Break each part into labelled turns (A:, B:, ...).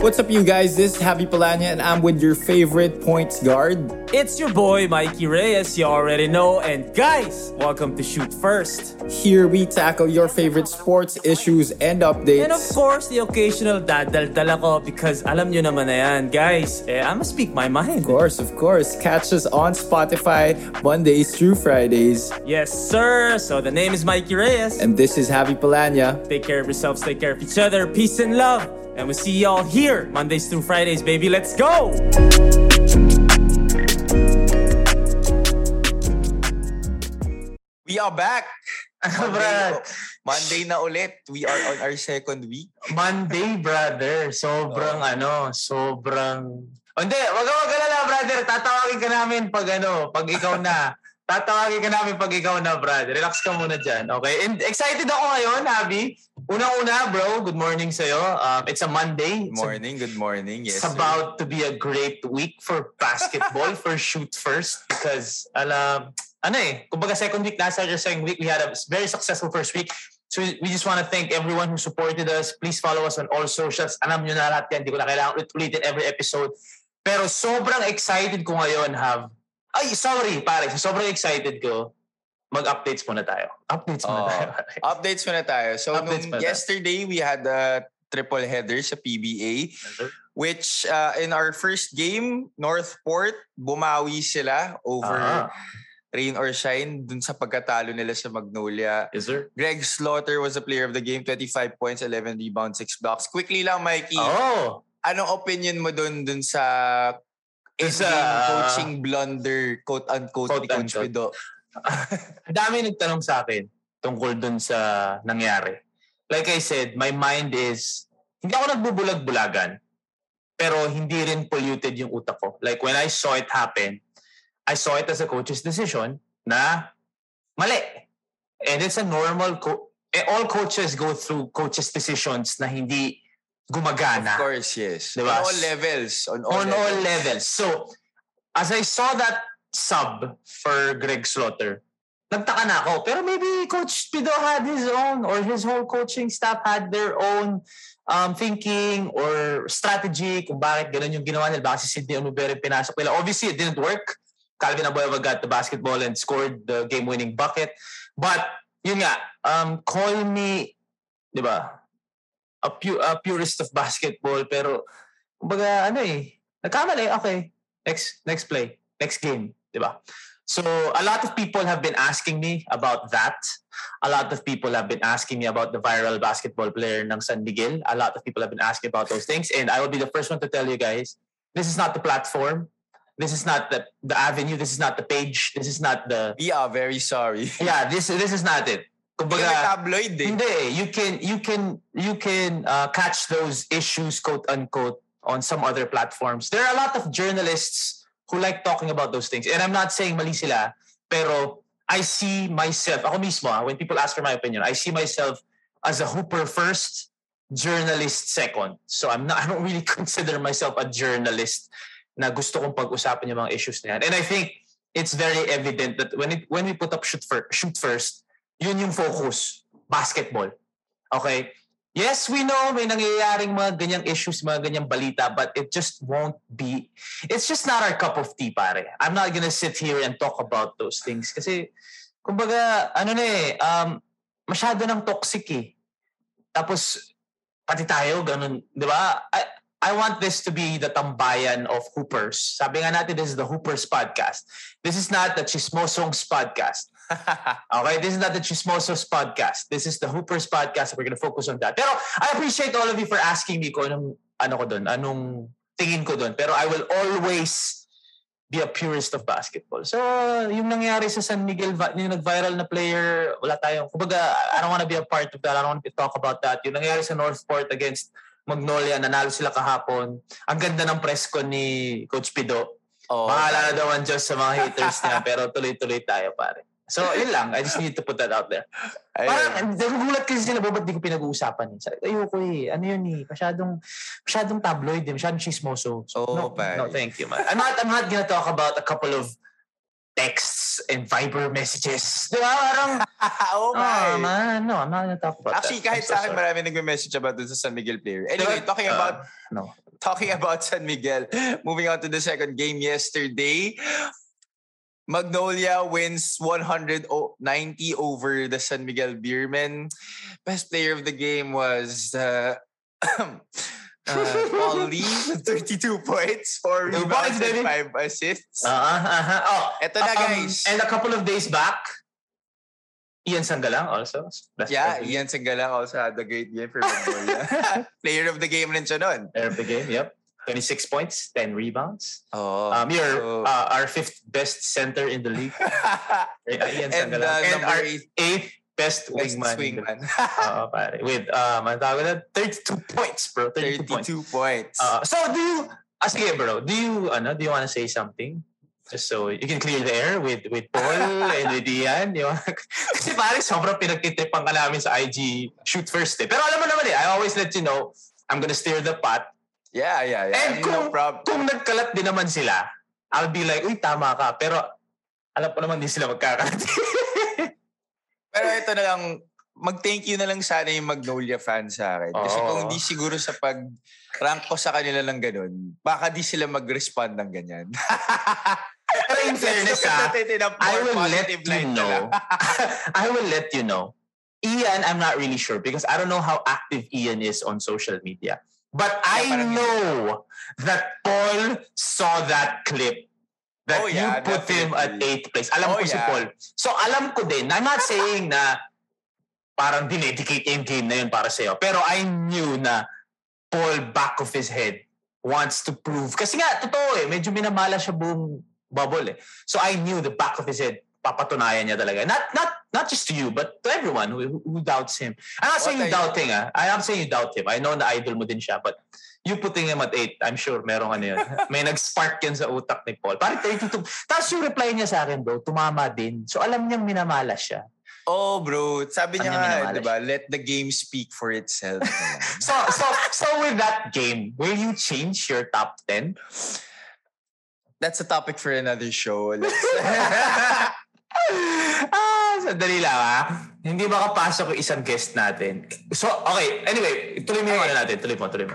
A: What's up, you guys? This is Javi Palanya, and I'm with your favorite points guard,
B: It's your boy Mikey Reyes, you already know, and guys, welcome to Shoot First.
A: Here we tackle your favorite sports issues and updates.
B: And of course, the occasional dadaldal ako because alam nyo naman na yan, guys, eh, I must speak my mind.
A: Of course, of course. Catch us on Spotify Mondays through Fridays.
B: Yes, sir! So the name is Mikey Reyes.
A: And this is Javi Palanya.
B: take care of yourselves, take care of each other, peace and love, and we'll see y'all here Mondays through Fridays, baby. Let's go!
C: We are back.
D: Brad,
C: Monday na ulit. We are on our second week.
D: Monday, brother. Sobrang ano, sobrang... O, Hindi, wag kang magalala, brother. Tatawagin ka namin pag ano, pag ikaw na. Tatawagin ka namin pag ikaw na, brad. Relax ka muna dyan, okay? And excited ako ngayon, Abby. Unang-una, bro, good morning sa'yo. Um, it's a
C: Good
D: Monday. It's a
C: morning, good morning. Yes.
D: It's about to be a great week for basketball for shoot first because alam ano eh kumbaga second week last year second week we had a very successful first week so we, we just want to thank everyone who supported us please follow us on all socials alam nyo na lahat yan hindi ko na kailangan ulit ulitin every episode pero sobrang excited ko ngayon have ay sorry pare sobrang excited ko mag-updates muna tayo updates
C: Oo.
D: muna tayo pare.
C: Updates muna tayo. So,
D: Updates
C: nung
D: muna tayo.
C: yesterday, we had a triple header sa PBA, which uh, in our first game, Northport, bumawi sila over
D: Ah,
C: rain or shine dun sa pagkatalo nila sa Magnolia.
D: yes sir
C: Greg Slaughter was the player of the game, 25 points, 11 rebounds, 6 blocks. Quickly lang, Mikey.
D: oh
C: anong opinion mo dun dun sa
D: Dun
C: in-game
D: sa- uh,
C: coaching blunder, quote-unquote, ni Coach Pido?
D: Quote-unquote. Ang dami nagtanong sa akin tungkol dun sa nangyari. Like I said, my mind is, hindi ako nagbubulag-bulagan, pero hindi rin polluted yung utak ko. Like when I saw it happen, I saw it as a coach's decision na mali. And it's a normal, co- eh, all coaches go through coaches' decisions na hindi
C: Of
D: gumagana
C: course, yes. On
D: Diba?
C: all levels. On all
D: on all
C: levels.
D: levels. So, as I saw that sub for Greg Slaughter, nagtaka na ako. Pero maybe Coach Pido had his own or his whole coaching staff had their own um, thinking or strategy kung bakit ganun yung ginawa nila. Baka si Sidney Onubere pinasok nila. Obviously, it didn't work. Calvin Abueva got the basketball and scored the game-winning bucket. But, yun nga, um, call me, di ba, a, pu- a purist of basketball. Pero, kumbaga, ano eh, nagkamali, okay. Next, next play, next game, di ba? So, a lot of people have been asking me about that. A lot of people have been asking me about the viral basketball player ng San Miguel. A lot of people have been asking about those things. And I will be the first one to tell you guys, this is not the platform. This is not the, the avenue. This is not the page. This is not the...
C: We are very sorry.
D: Yeah, this, this is not it.
C: Yung may tabloid eh.
D: Hindi, eh. you can you can you can uh, catch those issues quote unquote on some other platforms. There are a lot of journalists who like talking about those things. And I'm not saying mali sila, pero I see myself, ako mismo, ah, when people ask for my opinion, I see myself as a hooper first, journalist second. So I'm not I don't really consider myself a journalist na gusto kong pag-usapan yung mga issues na yan. And I think it's very evident that when it, when we put up shoot, fir- shoot first, yun yung focus, basketball. Okay? Yes, we know may nangyayaring mga ganyang issues, mga ganyang balita, but it just won't be, it's just not our cup of tea, pare. I'm not gonna sit here and talk about those things kasi, kumbaga, ano na eh, um, masyado ng toxic eh. Tapos, pati tayo, ganun, di ba? I, I want this to be the tambayan of Hoopers. Sabi nga natin, this is the Hoopers podcast. This is not the Chismosongs podcast. Okay, this is not the Chismosos podcast. This is the Hoopers podcast. We're gonna focus on that. Pero I appreciate all of you for asking me kung anong, ano ko dun, anong tingin ko dun. Pero I will always be a purist of basketball. So, yung nangyari sa San Miguel, va- yung nag-viral na player, wala tayong, kumbaga, I don't wanna be a part of that. I don't wanna be- talk about that. Yung nangyari sa Northport against Magnolia, nanalo sila kahapon. Ang ganda ng press con ni Coach Pido.
C: Oo.
D: Bahala na daw ang Diyos sa mga haters niya, pero tuloy-tuloy tayo, pare. So, yun lang. I just need to put that out there.
C: Ayun.
D: Parang, nagugulat kasi sila, ba't di ko pinag-uusapan? Eh? Sabi, Ayoko eh. Ano yun eh? Masyadong, masyadong tabloid eh. Masyadong chismoso. So,
C: Oo,
D: no,
C: pare.
D: no, thank you, man. I'm not, I'm not gonna talk about a couple of texts and Viber messages. Di ba? Parang,
C: oh,
D: oh,
C: my.
D: man, no, I'm not gonna talk about
C: Actually,
D: that.
C: kahit
D: I'm so
C: sa akin,
D: sorry.
C: marami nagme-message about dun sa San Miguel player. Anyway,
D: Diba?
C: talking
D: Uh,
C: about
D: no.
C: talking about San Miguel, moving on to the second game yesterday, Magnolia wins 190 over the San Miguel Beermen. Best player of the game was uh, uh, Paul Lee with 32 points, 4
D: Two
C: rebounds,
D: points,
C: and 5
D: baby.
C: assists.
D: Uh-huh, uh-huh. Oh,
C: Eto na,
D: um,
C: guys.
D: and a couple of days back, Ian Sanggalang also. Best
C: yeah,
D: player
C: Ian Sanggalang also had a great game for Magnolia. player of the game rin siya nun.
D: of the game. Yep. 26 points, 10 rebounds.
C: Oh,
D: Um, you're
C: so-
D: uh, our fifth best center in the league. Uh, Ian
C: and uh,
D: Sanggalang. And
C: number
D: our
C: eight,
D: eighth best wingman. in the league.
C: swingman.
D: Oo, pare. With, um, ang tawag na, 32 points, bro. 32, points.
C: 32 points.
D: Uh, so, do you, ah, sige, bro, do you, ano, do you want to say something? Just so you can clear the air with with Paul and with Ian. You wanna- Kasi pare, sobrang pinagtitripan ka namin sa IG shoot first eh. Pero alam mo naman eh, I always let you know, I'm gonna steer the pot.
C: yeah, yeah, yeah.
D: And
C: no problem.
D: Kung nagkalat din naman sila, I'll be like, uy, tama ka. Pero alam ko naman, di sila magkakalat.
C: Pero ito na lang, mag-thank you na lang sana yung Magnolia fan sa akin. Kasi
D: Oo.
C: kung di siguro sa pag-rank ko sa kanila lang ganun, baka di sila mag-respond ng ganyan.
D: Pero in fairness ah, I will let you know. I will let you know. Ian, I'm not really sure because I don't know how active Ian is on social media. But
C: parang
D: I
C: yun.
D: know that Paul saw that clip that
C: Oh, yeah,
D: you put him at
C: definitely.
D: eighth place. Alam
C: Oh,
D: ko si
C: yeah.
D: Paul. So alam ko din. I'm not saying na parang dinedicate yung game na yun para sa'yo. Pero I knew na Paul back of his head wants to prove. Kasi nga, totoo eh. Medyo minamala siya buong bubble eh. So I knew the back of his head, papatunayan niya talaga. Not not not just to you, but to everyone who, who doubts him. I'm not saying
C: What
D: you
C: I-
D: doubting ah. I'm not saying you doubt him. I know na idol mo din siya, but you putting him at 8, I'm sure merong ano yun. May nag-spark yan sa utak ni Paul. Parang 32. Tapos yung reply niya sa akin, bro, tumama din. So alam niyang minamala siya.
C: Oh, bro. Sabi niya
D: Ano
C: nga,
D: minamahal
C: di ba, let the game speak for itself. na lang.
D: So, so, so with that game, will you change your top 10?
C: That's a topic for another show. Let's-
D: ah, sandali lang ha. Hindi makapasok yung isang guest natin. So, okay. Anyway, tuloy mo yung ano natin. Tuloy mo, tuloy mo.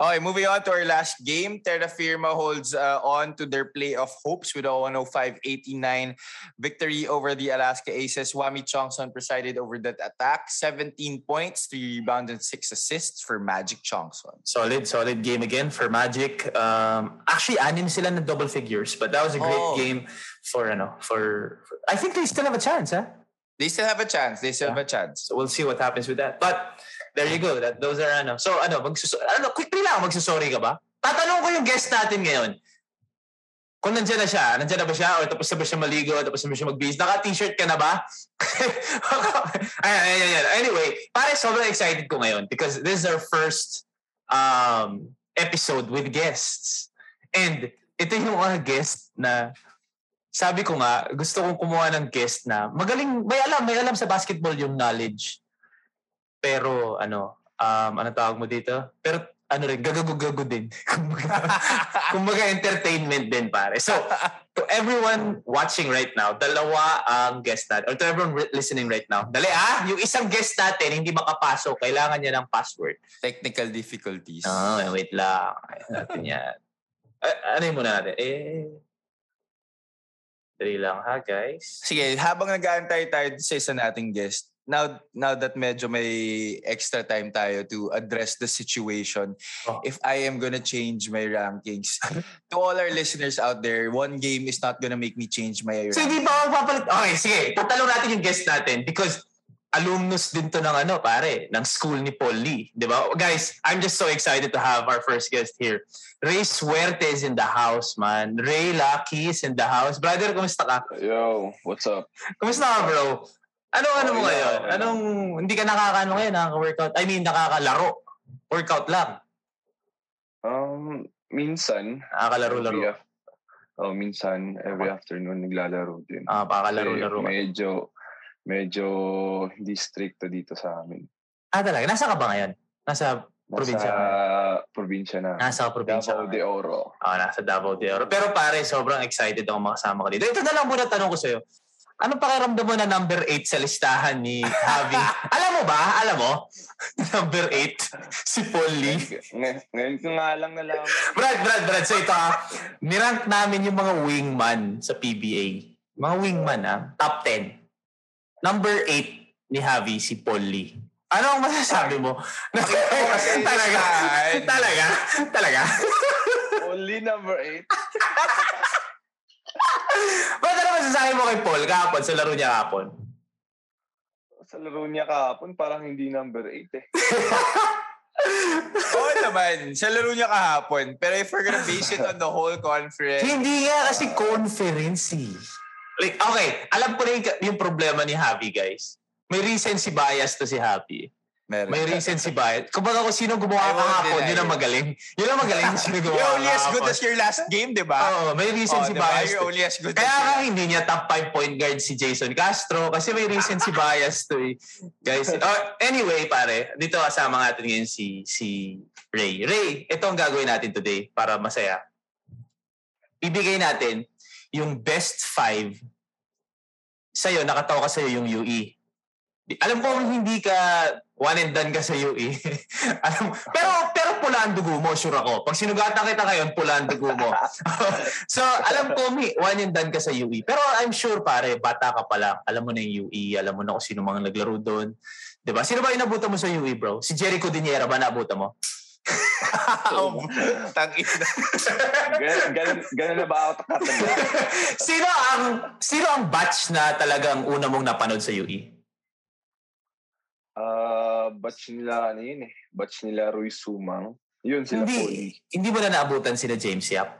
C: Okay, moving on to our last game. Terra Firma holds uh, on to their playoff hopes with a 105-89 victory over the Alaska Aces. Wami Chongson presided over that attack. 17 points, 3 rebounds, and 6 assists for Magic Chongson.
D: Solid, solid game again for Magic. Um, actually, anim sila na double figures, but that was a great
C: Oh.
D: game for, ano, for, for- I think they still have a chance, ah. huh?
C: They still have a chance. They still have a chance.
D: So we'll see what happens with that. But there you go. That those are ano. So ano, magsuso ano, quickly lang magsusorry ka ba? Tatanong ko yung guest natin ngayon. Kung nandiyan na siya, nandiyan na ba siya? O tapos na ba siya maligo? Tapos na ba siya magbihis? Naka-t-shirt ka na ba? ayan, ayan, ayan. Anyway, pare, sobrang excited ko ngayon because this is our first um, episode with guests. And ito yung mga guest na sabi ko nga, gusto kong kumuha ng guest na magaling, may alam, may alam sa basketball yung knowledge. Pero ano, um, ano tawag mo dito? Pero ano rin, gagagugago din. Kumbaga, kumbaga entertainment din pare. So, to everyone watching right now, dalawa ang guest natin. Or to everyone re- listening right now, dali ah, yung isang guest natin, hindi makapasok, kailangan niya ng password.
C: Technical difficulties.
D: Oo, eh, wait lang. Ayun natin yan. A- ano yung muna natin? Eh, dali lang ha, guys.
C: Sige, habang nag-aantay tayo sa isa nating guest, now now that medyo may extra time tayo to address the situation,
D: Oh.
C: if I am gonna change my rankings, to all our listeners out there, one game is not gonna make me change my rankings.
D: So, hindi pa ako papalit. Okay, sige. Tatalo natin yung guest natin because alumnus din to ng ano, pare, ng school ni Paul Lee. Di ba? Guys, I'm just so excited to have our first guest here. Ray Suerte is in the house, man. Ray Lucky is in the house. Brother, kumusta ka?
E: Yo, what's up?
D: Kumusta ka, bro? Anong ano mo
E: Okay
D: ngayon?
E: lang, okay lang.
D: Anong, hindi ka nakakaano ngayon, nakaka-workout? I mean, nakakalaro. Workout lang.
E: Um, minsan.
D: Nakakalaro-laro.
E: every af- Oh, minsan, every afternoon, naglalaro din.
D: Ah,
E: Kasi
D: pakakalaro-laro. ka.
E: Medyo, medyo hindi stricto dito sa amin.
D: Ah, talaga? Nasa ka ba ngayon? Nasa,
E: Nasa
D: Probinsya ka?
E: probinsya na.
D: nasa probinsya
E: Davao
D: ka
E: de
D: ngayon?
E: Oro.
D: Ah, nasa Davao de Oro. Pero pare, sobrang excited ako makasama ka dito. Ito na lang muna tanong ko sa'yo. Ano pakiramdam mo na number 8 sa listahan ni Javi? alam mo ba? Alam mo? number 8, si Paul Lee.
E: Ngay- Ngayon ko nga lang nalaman.
D: Brad, Brad, Brad, so ito ha. Nirank namin yung mga wingman sa PBA. Mga wingman ha. Top 10. Number 8 ni Javi, si Paul Lee. Ano ang masasabi mo? talaga?
C: listahan.
D: Talaga? Talaga?
E: Only number 8.
D: Ba't ano masasabi mo kay Paul kahapon sa laro niya kahapon?
E: Sa laro niya kahapon, parang hindi number 8 eh.
C: Oo naman. Sa laro niya kahapon. Pero if we're gonna base it on the whole conference,
D: Hindi nga kasi conference eh. Like, okay, alam ko na yung, yung problema ni Javi, guys. May recency bias to si Javi.
C: meron.
D: May recency bias. Kumbaga kung sino gumawa
C: I won't
D: kahapon,
C: deny
D: yun ang
C: it.
D: magaling. Yun ang magaling kung sino gumawa
C: You're only as
D: kahapon.
C: good as your last game, di ba?
D: Oo, may recency
C: Oh, diba?
D: bias.
C: You're
D: to-
C: only as good
D: Kaya
C: as
D: nga
C: your-
D: hindi niya top 5 point guard si Jason Castro kasi may recency bias to eh. Guys, oh, anyway pare, dito kasama natin ngayon si si Ray. Ray, ito ang gagawin natin today para masaya. Ibigay natin yung best 5 sa'yo, nakatawa ka sa'yo yung UE. Di- Alam ko hindi ka one and done ka sa UE. Alam, pero pero pula ang dugo mo, sure ako. Pag sinugatan kita ngayon, pula ang dugo mo. so, alam ko, may one and done ka sa UE. Pero I'm sure, pare, bata ka pa lang. Alam mo na yung UE, alam mo na kung sino mga naglaro doon. 'Di ba Sino ba yung nabuta mo sa UE, bro? Si Jericho Diniera ba nabuta mo?
C: Oh, tang ina.
E: Gan- Ganun, ganun na ba ako takatanda?
D: sino ang sino ang batch na talagang una mong napanood sa E? UE?
E: Ah, batch nila, ano yun eh. Batch nila Roy Sumang. Yun sila eh.
D: hindi,
E: Paulie.
D: hindi mo na naabutan sina James Yap.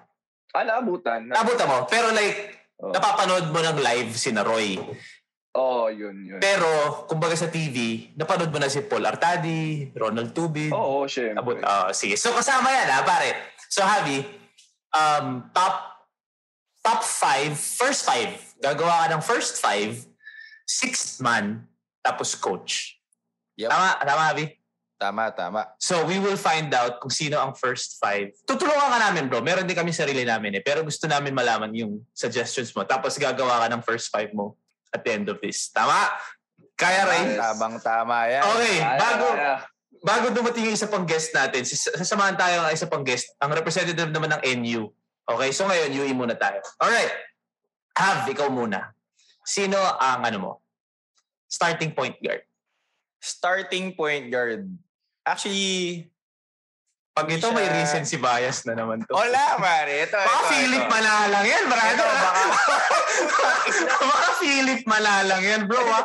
E: Ah, naabutan.
D: Naabutan mo, pero like,
E: Oo.
D: napapanood mo ng live si Roy.
E: Oo, Oh. yun, yun.
D: Pero, kumbaga sa TV, napanood mo na si Paul Artadi, Ronald Tubid.
E: Oo, syempre.
D: Abot, ah, sige. So, kasama yan, ha, pare. So, Javi, um, top top five, first five. Gagawa ka ng first five, sixth man, tapos coach.
C: Yep.
D: Tama, tama, Javi?
C: Tama, tama.
D: So we will find out kung sino ang first five. Tutulungan ka namin bro. Meron din kami sarili namin eh. Pero gusto namin malaman yung suggestions mo. Tapos gagawa ka ng first five mo at the end of this. Tama? Kaya Ray?
E: Yes.
C: Tabang tama yan.
D: Okay,
E: Kaya,
D: bago,
E: kaya.
D: bago dumating yung isa pang guest natin, sis- sasamahan tayo ng isa pang guest. Ang representative naman ng NU. Okay, so ngayon, UE muna tayo. Alright. Have, ikaw muna. Sino ang ano mo? Starting point guard.
C: Starting point guard. Actually,
D: Pag ito may
C: Siya-
D: recency bias na naman to.
C: wala pare. Ito,
D: Baka
C: ito,
D: Philip
C: ito.
D: Malalang yan, Brado.
C: Ito, baka,
D: Baka Philip Malalang yan, bro. Ha?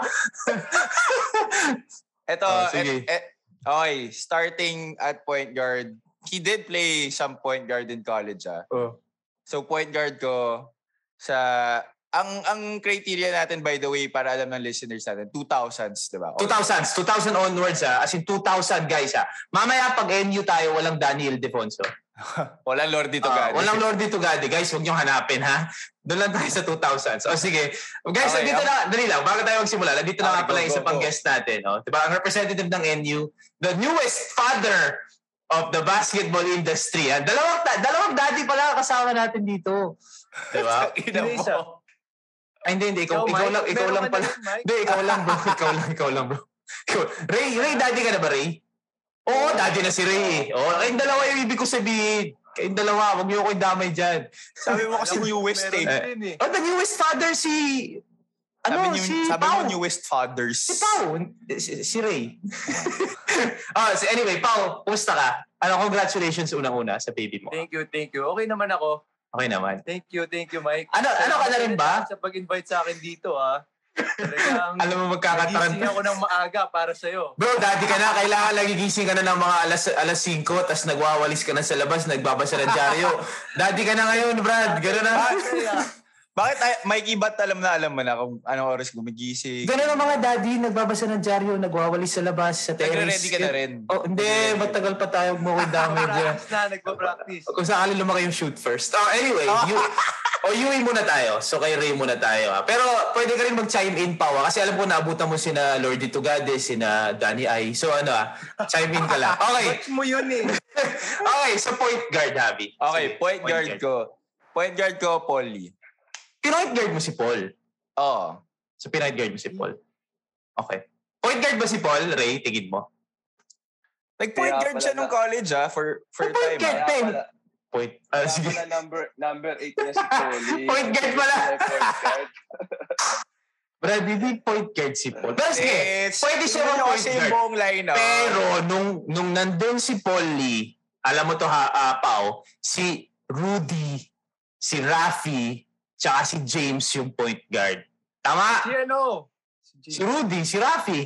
C: ito,
D: Oh,
C: et-
D: sige.
C: et- okay, starting at point guard. He did play some point guard in college ah.
D: Oh.
C: So point guard ko sa ang ang criteria natin by the way para alam ng listeners natin 2000s, 'di ba?
D: 2000s. 2000 onwards, ha? As in 2000, guys, ha? Mamaya pag NU tayo, walang Daniel Defonso.
C: Walang Lord dito,
D: Ah,
C: guys.
D: walang Lordy Tugade. Guys, huwag niyong hanapin, ha? Doon lang tayo sa 2000s. O sige. Guys,
C: Okay,
D: nandito
C: um,
D: na. Dali lang. Bago tayo magsimula, nandito na
C: Okay,
D: nga pala
C: go,
D: isa
C: go,
D: pang
C: go.
D: guest natin. O, diba? Ang representative ng NU, the newest father of the basketball industry. Ha? Dalawang, ta- dalawang daddy pala kasama natin dito. Diba?
C: Ina
D: Hindi,
C: mo.
D: isa. Ay, hindi, hindi. Ikaw, ikaw, lang, ikaw lang pala. Hindi, ikaw lang bro. Ikaw lang, ikaw lang bro. Ikaw. Ray, Ray, daddy ka na ba, Ray? Oo, daddy na si Ray. eh. Oo, oh, kayong dalawa yung ibig ko sabihin. Kayong dalawa, huwag niyo ako damay dyan.
C: Sabi mo kasi newest eh.
D: eh. Oh, the newest father si...
C: Sabi,
D: Ano,
C: niyo,
D: si
C: sabi
D: Pao.
C: mo newest fathers.
D: Si Pao. Si, si Ray. Ah, so anyway, Pao, kumusta ka? Ano, congratulations unang-una sa baby mo.
F: Thank you, thank you. Okay naman ako.
D: Okay naman.
F: Thank you, thank you, Mike.
D: Ano- ano ka na rin ba?
F: Sa pag-invite sa akin dito, ha. Talagang
D: Alam mo, magkakataranta.
F: nagising ako ng maaga para sa'yo.
D: Bro, daddy ka na. Kailangan lagi gising ka na ng mga alas, alas 5 tapos nagwawalis ka na sa labas, nagbabasa ng dyaryo. daddy ka na ngayon, Brad. Ganun na.
F: Kaya,
C: Bakit ay, Mikey ba't alam na alam mo na kung anong oras gumigising?
D: Ganun ang mga daddy, nagbabasa ng dyaryo, nagwawalis sa labas, sa terrace.
C: Nagre-ready ka na rin.
D: Oh, hindi. Matagal pa tayo mo kay damage yan.
F: practice na, nagpa-practice.
D: Kung sakali lumaki yung shoot first. Oh, anyway, you, o Yui muna tayo. So kay Ray muna tayo. Ha? Pero pwede ka rin mag-chime in pa. ha? Kasi alam ko naabutan mo sina Lordy Tugade, sina Danny Ai. So ano ah, chime in ka lang. Okay.
F: Watch mo yun, eh.
D: Okay, sa point guard, Javi.
C: Okay,
D: Sige,
C: point guard ko. Point guard ko, Polly. Oh.
D: Pinoint guard mo si Paul.
C: Oo.
D: So, pinahid guard mo si Paul. Okay. Point guard ba si Paul, Ray? Tingin mo?
C: Nag-point
E: Kaya
C: guard siya
E: pala
C: nung
E: na-
C: college ah, for, for time
D: Nag-point guard?
C: ah.
E: Kaya
D: Ten.
E: pala,
D: Point.
E: kaya
D: Ah, sige.
E: pala number, number 8 niya si Tolly.
D: Point guard pala.
E: Point guard.
D: Brad, hindi point guard si Paul. Pero sige,
C: It's-
D: pwede siya
C: Yun
D: mag-point
C: kasi yung
D: guard.
C: buong lineup.
D: Pero nung nung nandun si Polly, alam mo to ha, ah, Pao, si Rudy, si Rafi, tsaka si James yung point guard.
F: Si
D: Tama?
F: ano?
D: Si Rudy, si Rafi,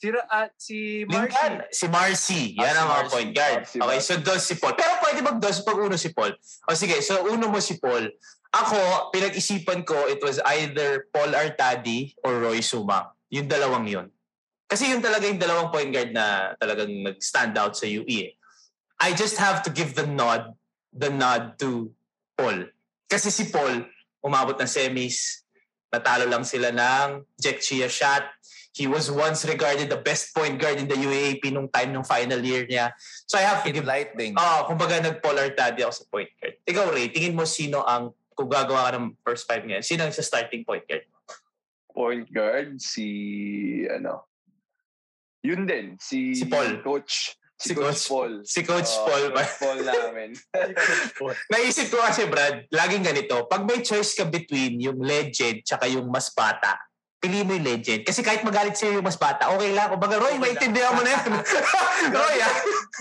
F: Si, Ra- ah, si Marcy.
D: Lincoln, si Marcy. Yan
E: Ah, si
D: ang mga
E: Marcy.
D: point guard.
E: Ah, si
D: Okay, so
E: Marcy.
D: dos si Paul. Pero pwede mag-dos pag uno si Paul. O sige, so uno mo si Paul. Ako, pinag-isipan ko, it was either Paul Artadi or Roy Sumang. Yung dalawang yun. Kasi yun talaga yung dalawang point guard na talagang nag-stand out sa UE. eh. I just have to give the nod, the nod to Paul. Kasi si Paul, umabot ng semis, natalo lang sila ng Jack Chia shot. He was once regarded the best point guard in the UAAP nung time nung final year niya. So I have to give...
C: Lightning.
D: Oo, oh, kumbaga nag-polar taddy ako sa point guard. Ikaw, Ray, tingin mo sino ang, kung gagawa ka ng first five ngayon, sino ang sa starting point guard?
E: Point guard, si, ano, yun din, si,
D: Si Paul.
E: Coach.
D: Si
E: Si, Coach,
D: Coach
E: Paul.
D: Si Coach
E: Oo,
D: Paul ba?
E: Coach Paul namin.
D: Naisip ko kasi Brad, laging ganito, pag may choice ka between yung legend tsaka yung mas bata, pili mo yung legend. Kasi kahit magalit sa'yo yung mas bata, okay lang. Kumbaga, Roy,
F: Okay lang.
D: maintindihan mo na yan. Roy, ah.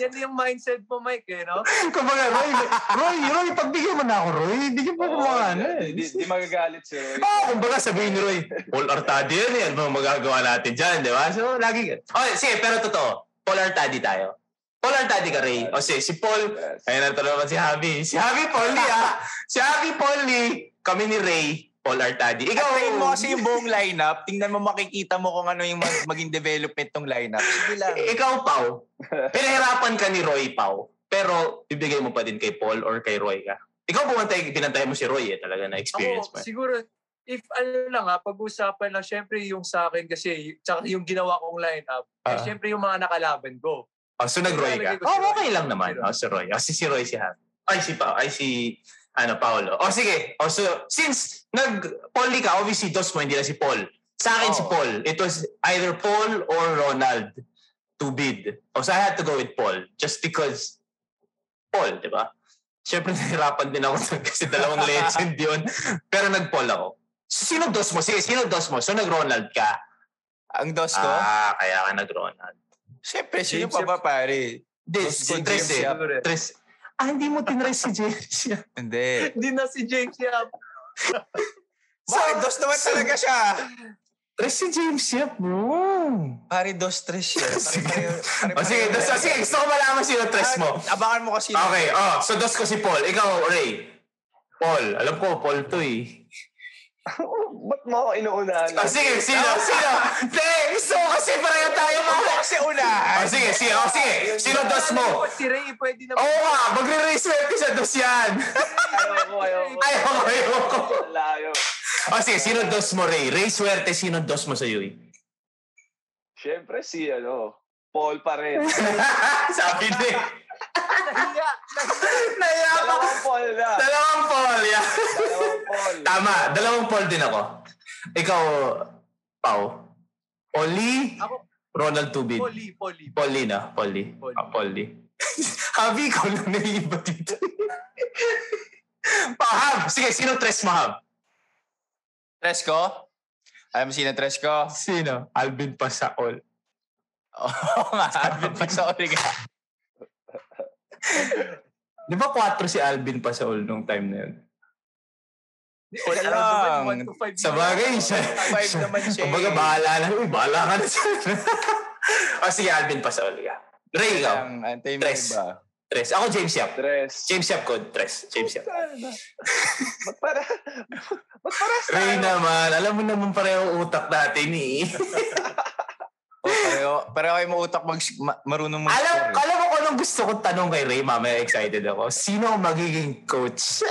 F: Yan yung mindset mo, Mike, eh, no?
D: Kumbaga, Roy, Roy, Roy, pagbigyan mo na ako, Roy. Hindi ka pa
E: Oo,
D: mga ano
E: di, di, di magagalit si Roy.
D: Oo, oh, kumbaga sabihin ni Roy, Paul Artadi yan eh. Ano bang magagawa natin dyan, di ba? So, lagi ganun. Oh, sige, pero totoo. Paul Artadi tayo. Paul Artadi ka, Ray. O sige, si Paul,
E: Yes.
D: Ayun na naman si Javi. Si Javi Polly ah. Si Javi Polly. Kami ni Ray. Paul Artadi. Ikaw,
C: Tingnan mo kasi yung buong lineup. Tingnan mo, makikita mo kung ano yung mag- maging development ng lineup. Sige lang.
D: Ikaw, Pau. Pinahirapan ka ni Roy, Pau. Pero bibigay mo pa din kay Paul or kay Roy ka. Ikaw bumantay, pinantay mo si Roy eh. Talaga na experience mo.
F: Ako,
D: eh.
F: siguro, if ano lang ha, pag-usapan lang, syempre yung sa akin kasi, y- tsaka yung ginawa kong lineup, eh,
D: Ah.
F: syempre yung mga nakalaban ko.
D: Oh, so nag-Roy ka.
F: Ilalagay ko si
D: Oh,
F: Roy.
D: okay lang naman.
F: Si Roy.
D: Oh, si Roy. Oh, si, si Roy si Javi. Ay, si Pau. Ay, si ano, Paolo. Oh, sige. Oh, so, since nag-Polly ka, obviously, dos mo, hindi na si Paul. Sa akin si
C: Oo.
D: Paul. It was either Paul or Ronald to bid. Oh, so I had to go with Paul. Just because Paul, di ba? Siyempre, nahirapan din ako dun kasi dalawang legend yun. Pero nag-Paul ako. So, sino dos mo? Sige, sino dos mo? So, nag-Ronald ka.
C: Ang dos ko?
D: Ah, kaya ka nag-Ronald.
C: Siyempre, sino
F: James
C: pa ba pare?
D: This,
C: Dos
D: si
C: ko,
D: Tres
C: James
D: eh.
C: Yap.
F: Siguro.
D: Tres. Ah, hindi mo tinres si James.
C: Hindi.
F: Hindi na si James Yap.
C: Bakit dos naman
D: so-
C: talaga siya?
D: Tres si James Hmm. Yap, bro.
C: Pare, dos, tres siya. Pare-pareho-
D: O Oh, sige,
C: pare-pareho-
D: dos, o sige, gusto ko malaman sino tres mo.
C: Ah, Abangan mo kasi.
D: Okay, oh, so dos ko si Paul. Ikaw, Ray. Paul, alam ko, Paul to eh.
E: Oh, Ba't mo ako inuunahan?
D: Oh, sige, sino, sino? Hindi, gusto ko kasi pareho tayo
C: Ayaw mo
D: mga.
C: Ah, kasi unahan.
D: Oh, sige, sige, oh, sige. Sino dos mo?
F: Alam ko, Si Ray, pwede na.
D: Oo nga, magre-reswerte ko sa dos yan.
E: Ayoko, ayoko.
D: Ayoko, ayoko.
E: Layo.
D: Oh, sige, sino dos mo, Ray? Ray, swerte, sino dos mo sa eh? Yui?
E: Siyempre si, ano, Paul pa rin.
D: Sabi ni.
F: Nahiya.
D: Naya pa.
E: Dalawang Paul na.
D: Dalawang Paul, yeah.
E: Dalawang Paul.
D: Tama, dalawang Paul din ako. Ikaw, Pau. Oli,
F: Ako,
D: Ronald Tubin.
F: poli, poli.
D: Polly na, Polly.
F: Polly.
D: Ah, Polly. Habi ko lang naiiba dito. Pau, Hab. Sige, sino tres mo, Hab?
C: Tres ko? Alam mo sino tres ko?
D: Sino? Alvin Pasaol.
C: Oo nga. Alvin Pasaol nga.
D: Di ba 4 si Alvin Pasaol nung time na yun?
C: Wala
F: Ano ba
C: lang.
F: yun? One to five
D: Sa
F: yun.
D: bagay, siya.
C: Five naman siya. eh.
D: Kumbaga, bahala na. Uy, bahala ka na siya. o sige, Alvin Pasaol. Yeah. Ray, ikaw.
C: Ang antay mo
D: Tres.
C: iba.
D: Tres. Ako, James Yap.
E: Tres.
D: James Yap ko, tres. James Yap.
E: Ba't para? Ba't para sa
D: Ray naman, alam mo naman pareho utak natin eh.
C: Oh, pareho, pareho kayo mautak mag, ma- marunong mag
D: alam, alam mo kung anong gusto kong tanong kay Ray, mamaya excited ako. Sino ang magiging coach?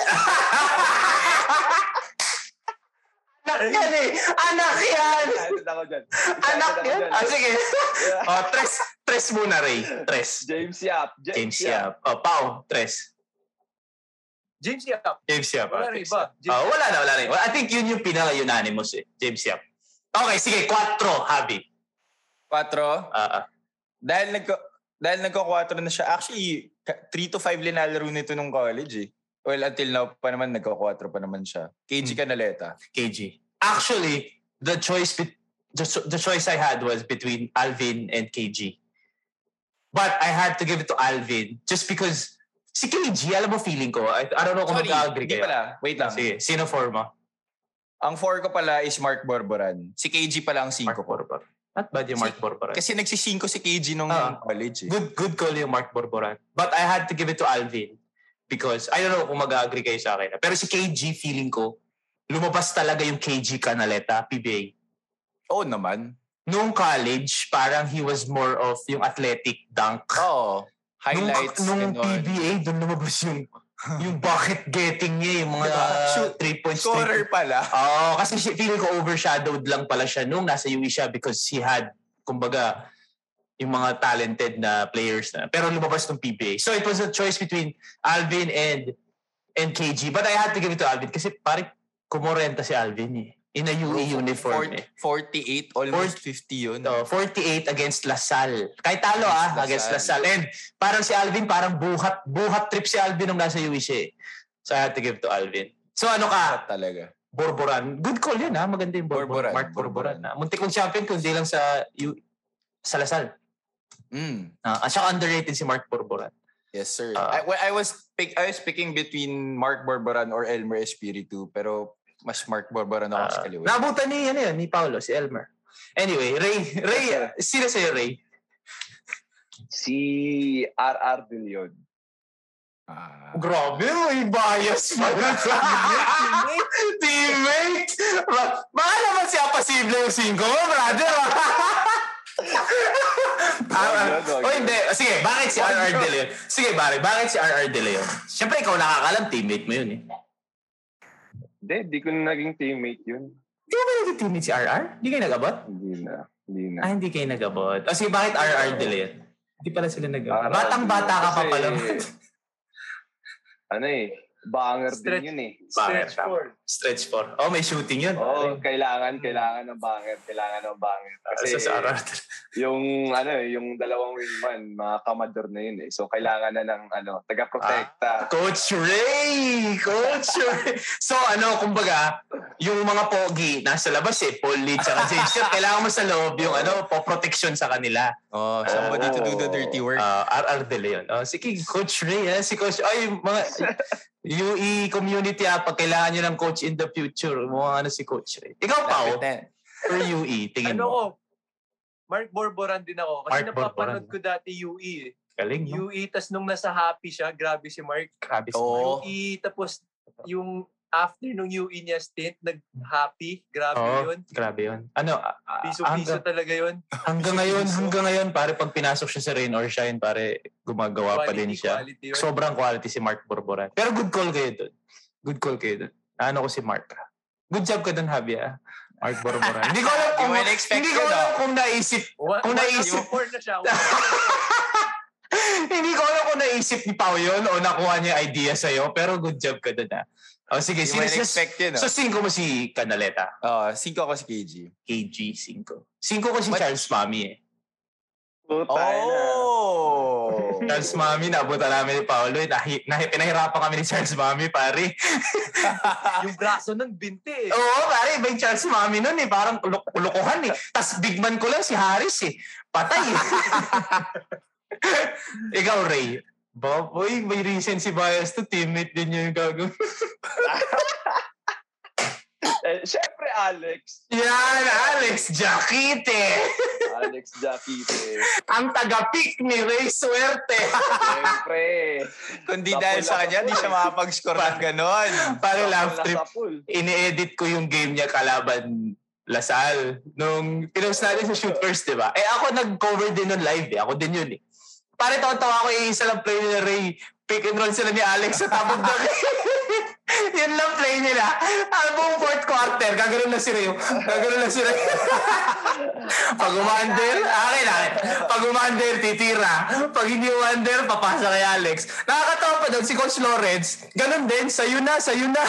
D: Anak yan eh! Anak yan!
E: Excited ako dyan.
D: Anak
E: Excited ako
D: yan!
E: dyan.
D: Ah, sige. O, tres. Tres muna, Ray. Tres.
E: James Yap.
D: James Yap. O, Pao. Tres.
F: James Yap.
D: James Yap.
F: Wala
D: ah,
F: rin
D: tres.
F: iba. James
D: Ah, wala na, wala rin. Well, I think yun yung pinaka-unanimous eh. James Yap. Okay, sige. Quattro, Javi.
C: Patro,
D: Ah, ah.
C: dahil nagko dahil nagko-4 na siya, actually, 3 to 5 linalaro nito nung college eh. Well, until now pa naman, nagko-4 pa naman siya. KG
D: Hmm.
C: Canaleta.
D: KG. Actually, the choice bet- the, cho- the choice I had was between Alvin and KG. But I had to give it to Alvin just because si KG, alam mo feeling ko, I, I don't know kung
C: Sorry,
D: mag-agree
C: hindi
D: kayo.
C: pala. Wait lang.
D: Sige, sino forma?
C: Ang 4 ko pala is Mark Borboran. Si KG pala ang 5
D: Mark
C: ko.
D: Borboran. Not bad yung Mark Borboran.
C: Kasi nagsi-5 si KG nung
D: Ah.
C: college eh.
D: Good, good call yung Mark Borboran. But I had to give it to Alvin because I don't know kung mag-agree kayo sa akin. Pero si KG, feeling ko, lumabas talaga yung KG Canaleta, PBA.
C: Oo naman.
D: Nung college, parang he was more of yung athletic dunk.
C: Oo. Oh, Highlights.
D: nung, nung
C: ganun.
D: PBA, doon lumabas yung yung bucket getting niya, yung mga
C: Diba? Shoot.
D: three points.
C: Scorer pala.
D: Oo, kasi si- feeling ko overshadowed lang pala siya nung nasa UE siya because he had, kumbaga, yung mga talented na players na. Pero lumabas ng PBA. So it was a choice between Alvin and and KG. But I had to give it to Alvin kasi parang kumorenta si Alvin eh. In a UE uniform eh.
C: 48, almost 50 yun.
D: So, 48 against Lasal. Kahit talo ah,
C: Against
D: against Lasal.
C: Lasal.
D: And parang si Alvin, parang buhat, buhat trip si Alvin nung nasa UIC. eh. So I had to give to Alvin. So ano
C: Ah,
D: ka?
C: talaga.
D: Borboran. Good call yun ha. Maganda yung Borboran.
C: Borboran,
D: Mark Borboran.
C: Borboran.
D: ah. Muntik kong champion kundi lang sa U sa Lasal.
C: Mm.
D: Ah, at saka underrated si Mark Borboran.
C: Yes, sir. I,
D: Ah.
C: well, I was pick, I was picking between Mark Barbaran or Elmer Espiritu, pero mas Mark Barbaran ako sa
D: Ah,
C: kaliwa.
D: naabutan ni, ano yun, ni Paolo, si Elmer. Anyway, Ray, Ray, ah, sino sa'yo, Ray?
E: Si RR De Leon.
C: Ah.
D: Grabe, may bias pa na sa teammate. Ba- Baka naman siya pasible yung singko mo, brother. Ah,
E: Wag yun, wag
D: oh,
E: yun.
D: hindi. Sige, bakit si RR De Leon? Sige, bakit? Bakit si RR De Leon? Siyempre, ikaw nakakalam, teammate mo yun eh.
E: Hindi, di ko na naging teammate yun.
D: Di ba naging teammate si RR? Hindi kayo nagabot?
E: Hindi na. Hindi na.
D: Ah, hindi kayo nagabot. O sige, bakit RR De Leon? Hindi pala sila nagabot.
E: RR
D: Batang-bata ka pa
E: kasi,
D: pala.
E: ano eh, banger
F: Stretch.
E: din yun eh.
D: Bakit?
F: Stretch forward.
D: Stretch 4. Oh, may shooting yun.
E: Oo, kailangan, kailangan ng banger. Kailangan ng banger.
D: Kasi
E: Kasi
D: Ah, sa RR De Leon.
E: yung, ano eh, yung dalawang wingman, mga kamador na yun eh. So, kailangan na ng, ano, taga-protecta.
D: Coach Ray! Coach Ray! So ano, kumbaga, yung mga pogi, nasa labas eh, Paul Lee, tsaka James Steele, kailangan mo sa loob yung ano, po-protection sa kanila.
C: Oh, somebody to do the
E: Oh.
C: dirty work.
D: Uh, RR De Leon. Oh, sige, Coach Ray, ah, si Coach, ay, mga UE community ah, pag kailangan nyo ng coach in the future, mga ano si Coach Ray. Ikaw, Pao,
C: Lapit na.
D: for UE, tingin
F: Ano ko?
D: mo.
F: Mark Borboran din ako. Kasi
D: Mark Borboran.
F: napapanood
D: Mm-hmm.
F: ko dati UE. Eh.
D: Galing, no?
F: UE, tas nung nasa happy siya, grabe si Mark.
D: Grabe si
C: Oo.
D: Mark.
F: UE, E, tapos yung after nung UE niya stint, nag-happy. Grabe
D: Oo,
F: yun.
D: grabe yun. Ano, ah, ah,
F: Piso-piso
D: hanggang,
F: talaga yun.
D: hanggang ngayon, hanggang ngayon, pare, pag pinasok siya sa Rain or Shine, pare, gumagawa pa din siya.
F: quality yun.
D: sobrang quality si Mark Borboran. Pero good call kayo doon. Good call kayo doon. Ano ko si Mark. ah. Good job ka doon, Javi. ah. Mark Borboran. hindi ko alam kung,
C: Di mo in-expect
D: hindi ko
C: yun,
D: alam
C: ah.
D: kung naisip.
F: Wa-
D: Kung
F: one
D: naisip-
F: out of four na siya.
D: hindi ko alam kung naisip ni Pao yun o nakuha niya yung idea sa'yo. Pero good job ka doon. Ah. O sige,
C: Di mo
D: sino sa,
C: expect yun.
D: sa singko mo si Canaleta?
C: Oh, 5 ako si KG.
D: KG singko. Singko ko si
C: But-
D: Charles Mami eh.
E: Puta na.
C: Oh!
D: Charles Mami, naabutan namin ni Paolo. eh. Nahi, nahi, pinahirapan kami ni Charles Mami, pare.
F: yung braso nun, binti eh.
D: Oo, pare, iba yung chance mami nun eh. Parang ulok ulokohan eh. Tapos big man ko lang si Harris eh. Patay eh. Ikaw, Ray. Baboy, may recency bias to. Teammate din niya yung gagawin.
E: Eh, Siyempre, Alex.
D: Yan, Alex Jaquite.
E: Alex Jaquite.
D: Ang tagapik ni Ray Suerte.
E: Siyempre.
C: Kundi dahil sa kanya, di siya makapag-score ng ganon.
D: Pare, laugh trip.
E: Sapul.
D: Ini-edit ko yung game niya kalaban Lasal. Nung pinost natin sa Shoot First, di ba? Eh ako nag-cover din nun live eh. Ako din yun eh. Pare, tawa-tawa ako eh. Isa lang play nila Ray. Pick and roll sila ni Alex sa top of the Yun lang play nila. Ang buong fourth quarter, gagano'n lang si Ray. Gagano'n lang si Ray. Pag umander, akin, akin. Pag umander, titira. Pag hindi umander, papasa kay Alex. Nakakatawa pa doon si Coach Lawrence. Ganun din, sa'yo na, sa'yo na.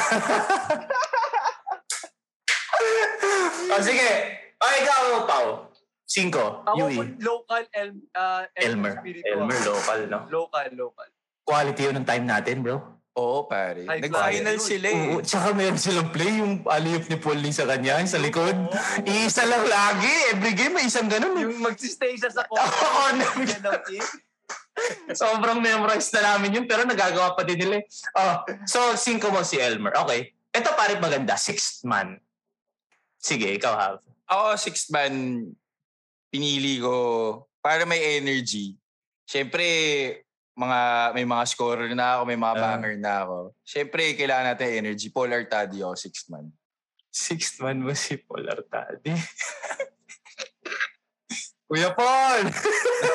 D: o sige, Ay, ikaw, Pao. Cinco.
F: Ako po,
D: Yui.
F: local El, ah, Elmer.
D: E. Elmer. Elmer,
F: Espiritu ako.
D: local, no?
F: Local, local.
D: Quality yun ng time natin, bro.
C: Oo, pare.
F: Ay,
C: Nag-final
F: grabe.
C: sila eh.
D: Oo, tsaka meron silang play, yung alley ni Paul Lee sa kanya, yung sa likod. Iisa lang lagi. Every game, may isang ganun. eh.
F: Yung magsistay siya sa
D: Oo, nag-
F: Yan ang tip.
D: Sobrang memorize na namin yun, pero nagagawa pa din nila. eh. Oh, so, cinco mo si Elmer. Okay. Ito pare maganda, sixth man. Sige, ikaw have.
C: Ako, sixth man, pinili ko para may energy. Siyempre, mga, may mga scorer na ako, may mga
D: Ah.
C: banger na ako. Siyempre, kailangan natin energy. Paul Artadi ako, sixth man.
D: Sixth man mo si Paul Artadi. Kuya Paul!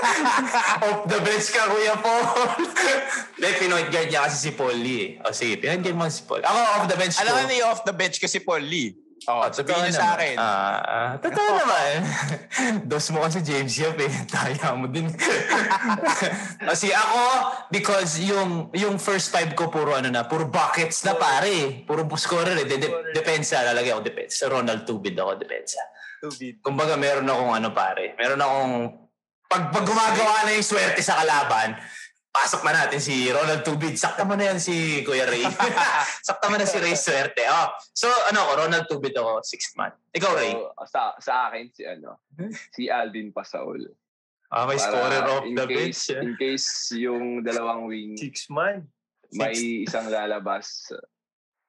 D: Off the bench ka, Kuya Paul! Hindi, Pinoy guard niya kasi si Paul Lee. eh. O sige, Pinoy guard mo si Paul. Ako, off the bench
C: Alam
D: ko.
C: mo na off the bench kasi Paul Lee. Oh, sabihin niya
D: Totoo
C: sa
D: naman.
C: akin.
D: Ah, ah, totoo naman. Dos mo kasi James Yap eh. Taya mo din. kasi ako, because yung yung first five ko puro ano na, puro buckets na pare. eh. Puro scorer eh. De- de-
F: Scorer.
D: depensa, lalagay ako depensa. Ronald Tubid ako depensa.
F: Tubid.
D: Kumbaga meron akong ano pare. Meron akong, pag, pag gumagawa na yung swerte sa kalaban, pasok na natin si Ronald Tubid. Sakta mo na yan si Kuya Ray. Sakta mo na si Ray Suerte. Oh. So ano ako, Ronald Tubid ako, sixth man. Ikaw Ray.
E: So, sa, sa akin, si ano, si Alvin Pasaol.
D: Ah, may
E: Para
D: scorer off
E: in
D: the bench.
E: case, In case yung dalawang wing
F: Six man.
E: may isang lalabas,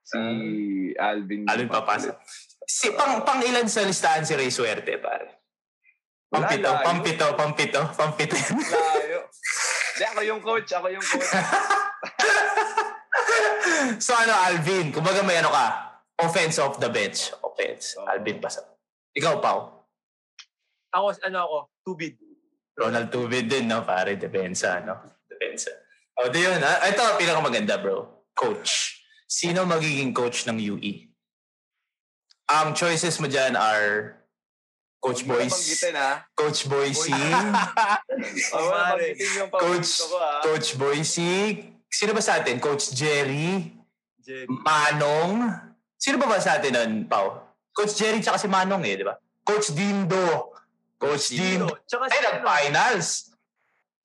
E: si Alvin.
D: Ah. Alvin papasok. Si pang pang ilan sa listahan si Ray Suerte, pare?
E: Wala,
D: Pampito,
E: layo.
D: pampito, pampito, pampito.
E: Layo. Hindi, ako yung coach. Ako yung coach.
D: so ano, Alvin, kumbaga may ano ka, offense off the bench. Offense.
E: Oo.
D: Alvin pasa. Ikaw, Pao.
F: Ako, ano ako, tubid.
D: Ronald Tubid din, no? Pare, depensa, no? Depensa. O, di yun, ha? Ito, pinakamaganda, bro. Coach. Sino magiging coach ng UE? Ang choices mo dyan are Coach
E: Huwag mo
D: Boyce.
E: Banggitin ha.
D: Coach Boycing,
E: Huwag mo
F: Mare.
E: banggitin yung paborito
D: Coach
E: ko ha.
D: Coach Boycing, sino ba sa atin? Coach Jerry,
F: Jerry.
D: Manong, sino ba ba sa atin nun, Pau? Coach Jerry tsaka si Manong eh, di ba? Coach Dindo, Coach
F: Tino.
D: Dindo.
F: Tsaka si,
D: Ay,
F: ano,
D: nag-finals.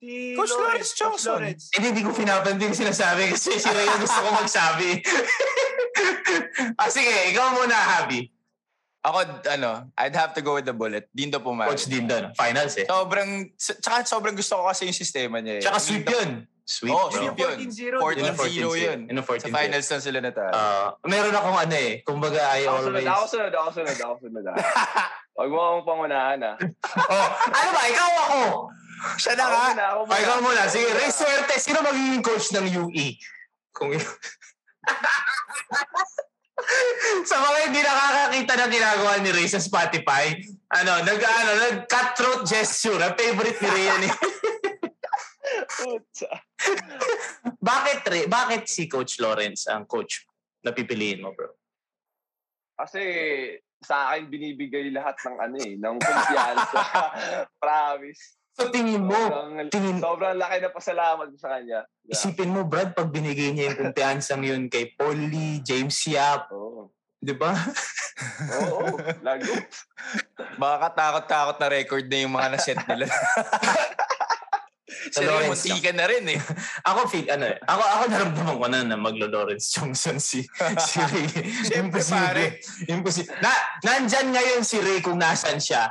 F: si
C: Coach Lawrence
F: Coach
C: Johnson.
F: Lawrence.
D: Eh, hindi ko pinapansin yung sinasabi kasi sila yung gusto ko magsabi. ah, sige, ikaw muna, Habi.
C: Ako, ano, I'd have to go with the bullet. Dindo pumari.
D: Coach Dindo, no? finals eh.
C: Sobrang, s- tsaka sobrang gusto ko kasi yung sistema niya. eh.
D: Tsaka sweep yun. Oh, Sweep,
C: Oo,
D: bro.
C: sweep yun. 14-0 yun.
F: 14-0.
D: In a
C: Sa
D: 14
C: finals lang sila natalo.
D: Ah, meron akong ano eh. Kumbaga, I
E: Ako
D: always...
E: sunod, ako sunod, ako sunod, ako sunod ha. Huwag mo akong pangunahan ha.
D: oh, ano ba? Ikaw ako!
C: Siya na
E: Ako
C: nga.
E: muna, ako
D: Oh, ikaw muna. Sige,
E: Ako
D: Ray
E: muna.
D: Suerte. Sino magiging coach ng UE? Kung sa mga hindi nakakakita ng ginagawa ni Ray sa Spotify, ano, nag, ano, nag cutthroat gesture. Ang favorite ni Ray yan eh.
E: Putsa.
D: bakit, Ray? Bakit si Coach Lawrence ang coach na pipiliin mo, bro?
E: Kasi sa akin binibigay lahat ng ano eh, ng kumpiyansa. Promise.
D: So, tingin mo,
E: Sobrang,
D: tingin,
E: sobrang laki na pasalamat ko sa kanya. Yeah.
D: isipin mo, Brad, pag binigay niya yung kumpiyansang yun kay Polly, James Yap,
E: Oo.
D: di ba?
E: Oo. Lagi.
C: Baka katakot-takot na record na yung mga na-set nila. Sila
D: Sa
C: yung
D: Lawrence lang.
C: muntikan na rin eh.
D: Ako feel ano, eh, ako ako naramdaman ko na na maglo Lawrence Johnson si si Ray.
C: Siyempre, pare.
D: Imposible. Na nandyan ngayon si Ray kung nasaan siya.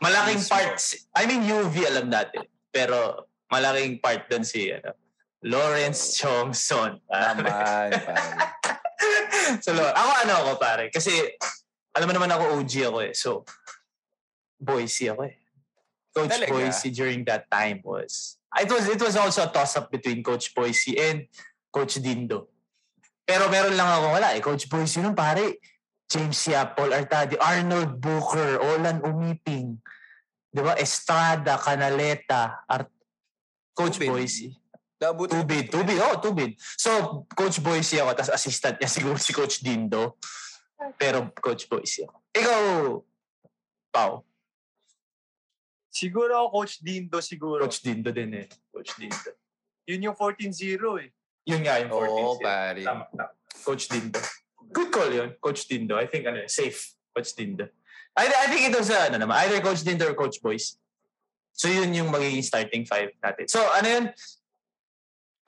D: Malaking
C: Mismo.
D: parts. I mean UV alam natin. Pero malaking part doon si ano, Lawrence Johnson.
C: Naman, pare.
D: so, Lord, ako ano ako pare. Kasi alam mo naman ako OG ako eh. So Boise ako eh. Coach
C: Talaga?
D: Boise during that time was it was it was also a toss up between Coach Boise and Coach Dindo. Pero meron lang ako wala eh. Coach Boise nun pare. James Yap, Paul Artadi, Arnold Booker, Olan Umiping, di ba? Estrada, Canaleta, Art- Coach
C: Tubid.
D: Boise.
C: Nabuti.
D: Tubid, tubid. Oh, tubid. So, Coach Boise ako, tapos assistant niya siguro si Coach Dindo. Pero Coach Boise ako. Ikaw, Pao.
F: Siguro ako, Coach Dindo siguro.
D: Coach Dindo din eh. Coach Dindo.
F: Yun yung 14-0 eh.
D: Yun nga yung 14
C: Oo,
D: siya.
C: pare.
D: Tama, tama. Coach Dindo. Good call yun. Coach Dindo. I think ano yun, safe. Coach Dindo. I, I think it was uh, ano naman, either Coach Dinder or Coach Boys. So yun yung magiging starting five natin. So ano yun?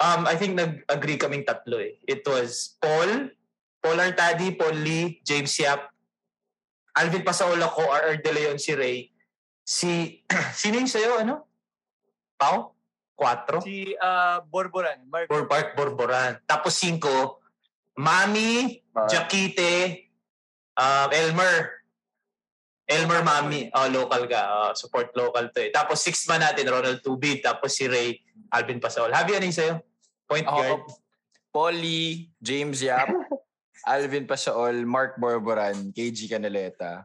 D: Um, I think nag-agree kaming tatlo eh. It was Paul, Paul Artadi, Paul Lee, James Yap, Alvin Pasaola ko, RR De Leon, si Ray, si, sino yung sa'yo, ano? Pao? Cuatro?
F: Si ah, Borboran. Mark.
D: Bor Park Borboran. Tapos cinco, Mami,
E: Ah.
D: Jakite, um, Elmer. Elmer Mami. Oh, local ka. Oh, support local to eh. Tapos sixth man natin, Ronald Tubid. Tapos si Ray Alvin Pasaol. Javi, ano yung sa'yo? Point
C: Ako,
D: guard.
C: Polly, James Yap, Alvin Pasaol, Mark Borboran, KG Canaleta,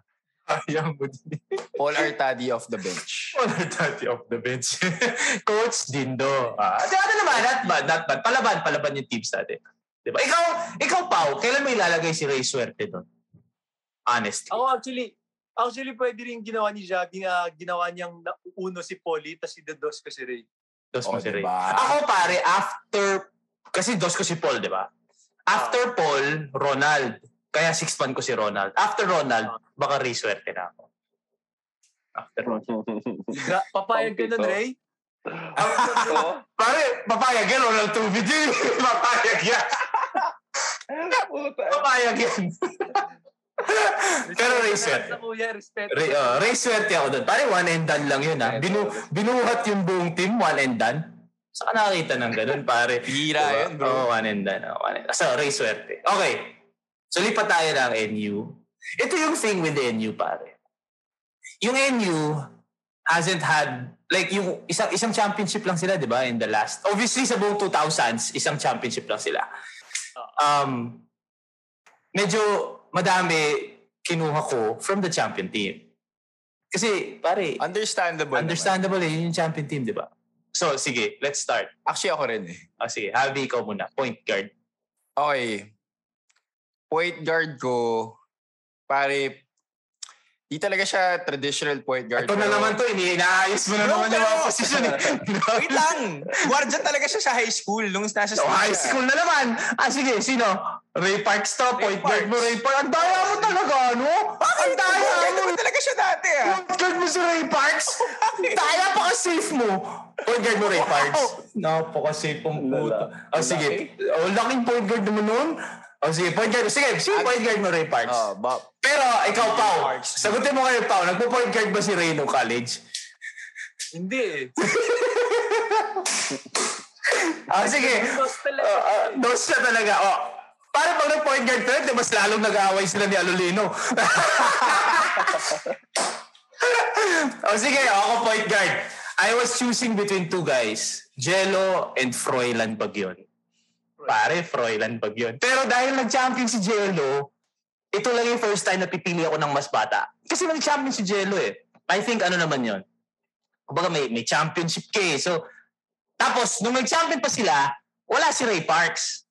D: Ayaw mo din.
C: Paul Artadi off the bench.
D: Honor Tati off the bench. Coach Dindo. Ah, di, ano naman, not bad, not bad. Palaban, palaban yung teams natin. Diba? Ikaw, ikaw Pao, kailan mo ilalagay si Ray Suerte doon? Honestly.
F: Ako actually, actually pwede rin ginawa ni Javi na ginawa niyang na- uno si Poli tapos si Dados ko si Ray.
D: Dos mo
C: Oh,
D: si Ray.
C: diba?
D: Ako pare, after, kasi dos ko si Paul, di ba? After Paul, Ronald. Kaya six man ko si Ronald. After Ronald, baka Ray Suerte na ako. After Ronald.
F: Gra- papayag ka nun,
E: Pang-pito.
F: Ray?
E: After ko,
D: Pare, papayag yan, Ronald Tubid yun. papayag yan.
E: puta.
D: Papayag yan. Pero Ray
F: Respeto
D: Suerte.
F: na lang sa kuya, respeto.
D: Ray, uh, Ray Suerte ako doon. Pare, one and done lang yun ha. Binu binuhat yung buong team, one and done. Saan ka nakakita ng ganun, pare?
C: Bihira
D: Diba?
C: yun, bro.
D: Oo, one and done. oo, one and So, Ray Suerte. Okay. So, lipat tayo ng NU. Ito yung thing with the NU, pare. Yung NU hasn't had, like, yung isang, isang championship lang sila, di ba, in the last. Obviously, sa buong 2000s, isang championship lang sila. Um, medyo madami kinuha ko from the champion team. Kasi, pare,
C: Understandable. naman.
D: understandable eh, yun yung champion team, di ba? So, sige, let's start.
C: Actually, ako rin eh.
D: Ah, sige, Javi, ikaw muna. Point guard.
C: Okay. Point guard ko, pare, di talaga siya traditional point guard.
D: Ito
C: pero-
D: na naman to, inaayos mo na
C: Bro,
D: naman yung
C: pero-
D: mga position eh.
C: Wait lang! Guardia talaga siya sa high school nung nasa
D: So,
C: state
D: high
C: siya.
D: school na naman. Ah, sige, sino? Ray Parks to,
C: Ray
D: point guard mo,
C: Parks.
D: Ray Parks. Ang daya mo talaga, ano? Ang daya
C: Guard
D: mo.
C: naman talaga siya dati ah.
D: Point guard mo si Ray Parks? Ang daya, paka-safe mo. Point guard mo, Ray Parks. Napaka-safe ang puto. Oh, sige. Oh, laking point guard naman nun. Oh, sige, point guard. Sige, sige, point guard mo, Ray Parks.
C: Oh, ba-
D: Pero ikaw, Pao,
C: Parks.
D: sagutin mo kayo, Pao, nagpo-point guard ba si Ray no college?
F: Hindi eh.
D: Ah, sige.
F: Dos talaga.
D: Ah, ah, dos na talaga. Oh. Para pag nag-point guard threat, di mas lalong nag-aaway sila ni Alolino. oh, sige, ako point guard. I was choosing between two guys, Jello and Froilan Bagyon. Pare, Froilan Bagyon. Pero dahil nag-champion si Jello, ito lang yung first time na pipili ako ng mas bata. Kasi nag-champion si Jello eh. I think ano naman yon. Kumbaga may, may championship ka eh. So, tapos, nung nag-champion pa sila, wala si Ray Parks.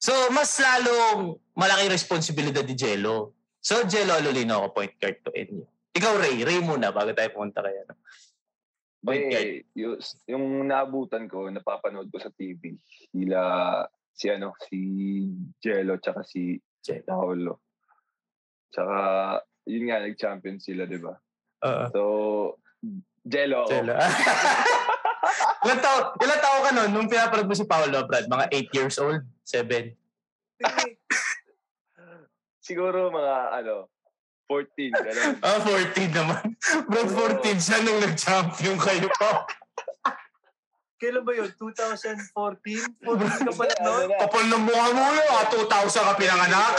D: So, mas lalong malaking responsibilidad ni Jello. So, Jello Alolino ako point guard to end. Ikaw, Ray. Ray muna bago tayo pumunta kay ano. Point guard.
E: Eh, yung, yung naabutan ko, napapanood ko sa TV, sila, si ano, si Jello, tsaka si
D: Jello.
E: Paolo. Tsaka, yun nga, nag-champion sila, di ba?
D: Oo.
E: So, Jello. ako.
D: Jello. ilan, tao, ilan tao ka nun nung pinapalad mo si Paolo, Brad? Mga 8 years old? 7?
F: eh.
E: Siguro mga, ano, 14, gano'n.
D: Ah, 14 naman. Brad, 14 siya nung nag-champion kayo pa.
F: Kailan ba yun? 2014? 14 ka pala
E: Ano
F: noon?
E: na?
D: Kapal ng mukha mo yun. ah. 2,000 ka pinanganak.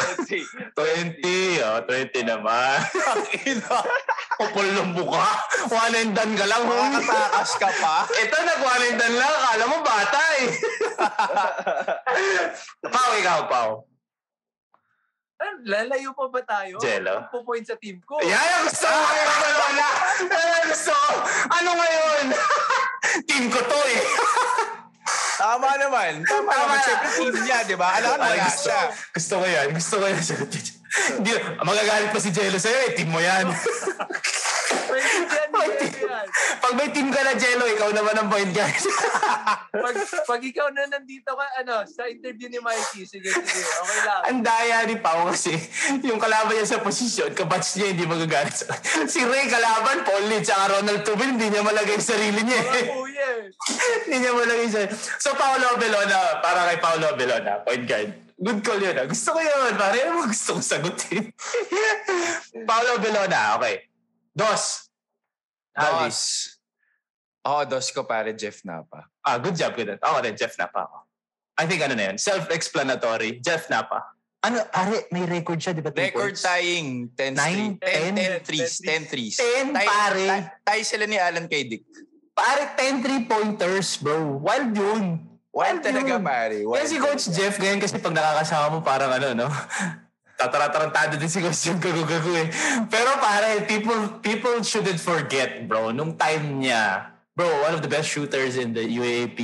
D: 20, oh, 20 naman. Kapal ng mukha. One and done ka lang. homie.
C: Makakatakas ka pa.
D: Ito, nag-one and done lang. Akala mo bata eh. Pao, ikaw, Pao.
F: Ah, Lalayo pa ba tayo?
D: Jello.
F: Pupoint sa team ko.
D: Yan ang gusto ko kayo wala. Yan ang gusto ko. Ano ngayon? Team ko to eh.
C: Tama naman. Tama,
D: Tama
C: naman.
D: na.
C: Siyempre team niya, di ba? Alam mo,
D: Ay,
C: wala
D: gusto,
C: siya.
D: gusto ko yan. Gusto ko yan. Hindi, magagalit pa si Jello sa'yo eh. Team mo yan.
F: Maintindihan ni Jello yan.
D: Pag may team ka na, Jello, ikaw naman ang point guard.
F: Pag, pag ikaw na nandito ka, ano, sa interview ni Mikey, sige, sige, okay lang.
D: ang daya ni Pao kasi yung kalaban niya sa posisyon, kabatch niya hindi magagalit sa Si Ray kalaban, Paul Lee, tsaka Ronald Tubin, hindi niya malagay yung sarili niya.
F: Mga
D: eh.
F: kuya eh.
D: hindi niya malagay yung sarili. So, Paolo Belona, para kay Paolo Belona, point guard. Good call yun. ah. Gusto ko yun. Pare, ano mo gusto kong sagutin? Paolo Belona, okay. Dos. Alvis.
C: Dos. Oo, dos ko pare Jeff Napa.
D: Ah, good job, good job. Ako rin, Jeff Napa ako. I think ano na yun, self-explanatory. Jeff Napa. Ano, pare, may record siya, di ba? two
C: Record
D: points?
C: tying 10
D: Nine, ten?
C: 10 threes, 10 threes.
D: Ten,
C: Tie-
D: pare.
C: tie- Tie sila ni Alan K. Dick.
D: Pare, 10 three-pointers, bro. Wild yun.
C: Wild talaga
D: yun.
C: pare.
D: Kaya si Coach Jeff ngayon kasi pag nakakasama mo parang ano, no? Tataratarantado din si Coach Jeff gago-gago eh. Pero pare, people, people shouldn't forget, bro. Nung time niya, bro, one of the best shooters in the UAP.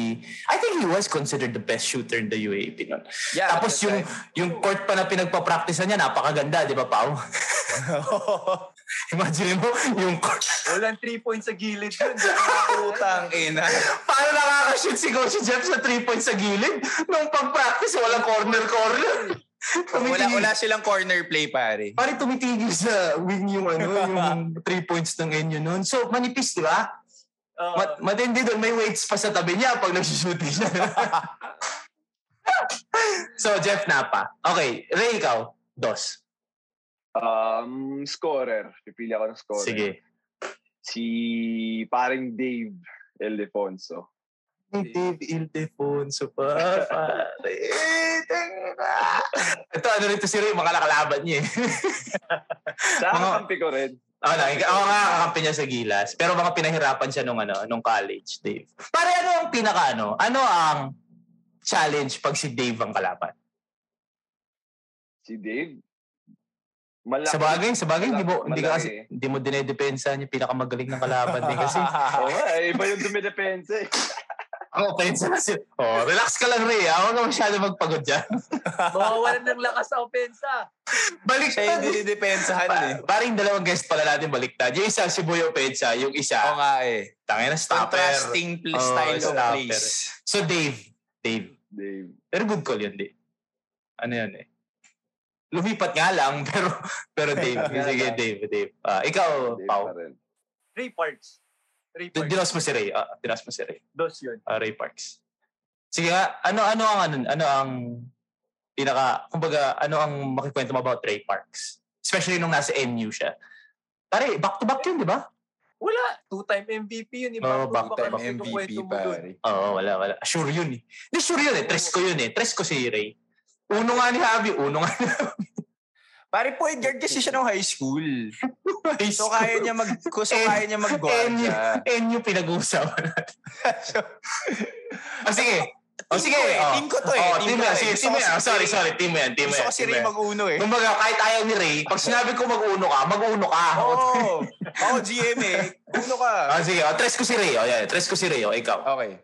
D: I think he was considered the best shooter in the UAP nun.
C: Yeah, at
D: Tapos
C: the
D: yung, yung court pa na pinagpa-practice niya, napakaganda, di ba, Pao? Imagine mo, yung court.
F: Walang three points sa gilid yun.
C: Putang ina.
D: Paano nakakashoot si Coach Jeff sa 3 points sa gilid? Nung pag-practice, walang corner-corner.
C: Wala, wala silang corner play pare.
D: Pare tumitigil sa wing yung ano, yung 3 points ng inyo noon. So, manipis, di ba?
F: Oo.
D: Mat- matindi doon, may weights pa sa tabi niya pag nagsushooting siya. so, Jeff Napa. Okay, Ray, ikaw. Dos.
E: Um, scorer. Pipili ako ng scorer.
D: Sige.
E: Si paring Dave El Defonso.
D: Dave Ildefonso pa, pare. Ito, ano rito si Ray, makalakalaban niya eh.
E: Sa
D: Mga-
E: kampi ko rin.
D: Oo na, ikaw oo nga kakampi niya sa Gilas. Pero baka pinahirapan siya nung ano, nung college, Dave. Pare ano ang pinaka ano? Ano ang challenge pag si Dave ang kalaban?
E: Si Dave. Malaki.
D: Sa bagay, sa bagay,
E: Malaki.
D: hindi mo, hindi ka kasi,
E: Malaki.
D: hindi mo dinedepensa niya, pinakamagaling ng kalaban din kasi.
E: Oo nga, eh, iba yung dumidepensa eh.
D: Ang opensa na siya. Oh, relax ka lang, Ray. ah. Huwag ka masyado magpagod dyan.
F: Mawawalan ng lakas sa opensa.
C: Siya
D: Baliktad.
C: yung dinidepensahan eh.
D: Pa- Parang dalawang guest pala natin baliktad. Yung isa, si Boy Opensa. Yung
C: Oo
D: isa,
C: nga eh.
D: tangin na stopper.
C: Contrasting pl-
D: Oo,
C: style of
D: stopper.
C: plays.
D: So, Dave. Dave.
E: Dave.
D: Pero good call yun, di. Ano yun eh. Lumipat nga lang, pero, pero Dave.
E: Lumipat nga
D: sige,
E: lang.
D: Dave, Dave. Ah, ikaw,
E: Dave
D: Pao.
E: pa rin.
F: Three parts. Three
D: D-
F: parts.
D: Dinos mo si Ray. Ah, dinos mo si Ray.
F: Dos yun.
D: Ah, Ray Parks. Sige nga, ano, ano ang, ano, ano ang, pinaka, kumbaga, ano ang makikwento mo about Ray Parks? Especially nung nasa MU siya. Pare, back-to-back yun, di ba?
F: Wala. Two-time MVP
D: Oo,
F: yun. Iba oh,
D: back
C: Time MVP pare.
D: Oo, wala, wala. Sure yun eh. Hindi, sure yun eh. Tres ko yun eh. Tres ko si Ray. Uno nga ni Javi, uno nga ni
C: Pare point guard kasi siya nung high school.
D: Javi.
C: So kaya niya mag so kaya niya mag
D: NU, NU pinag-uusapan natin. oh, sige. Oh, sige. oh.
C: Team ko to eh.
D: Oh,
C: Team
D: team
C: ko
D: yan.
C: eh.
D: Sige,
C: Gusto
D: team
C: ko
D: yan.
C: si
D: Oh, sorry,
C: Ray.
D: sorry. Team yan. Team
C: Gusto
D: yan.
C: ko si
D: team
C: Ray
D: yan.
C: mag-uno eh.
D: Kumbaga, kahit ayaw ni Ray, pag sinabi ko mag-uno ka, mag-uno ka.
C: Oo. Ako GM eh. Uno ka.
D: Oh, sige. Oh, tres ko si Ray. Oh, yan. Tres ko si Ray. Oh, ikaw.
C: Okay.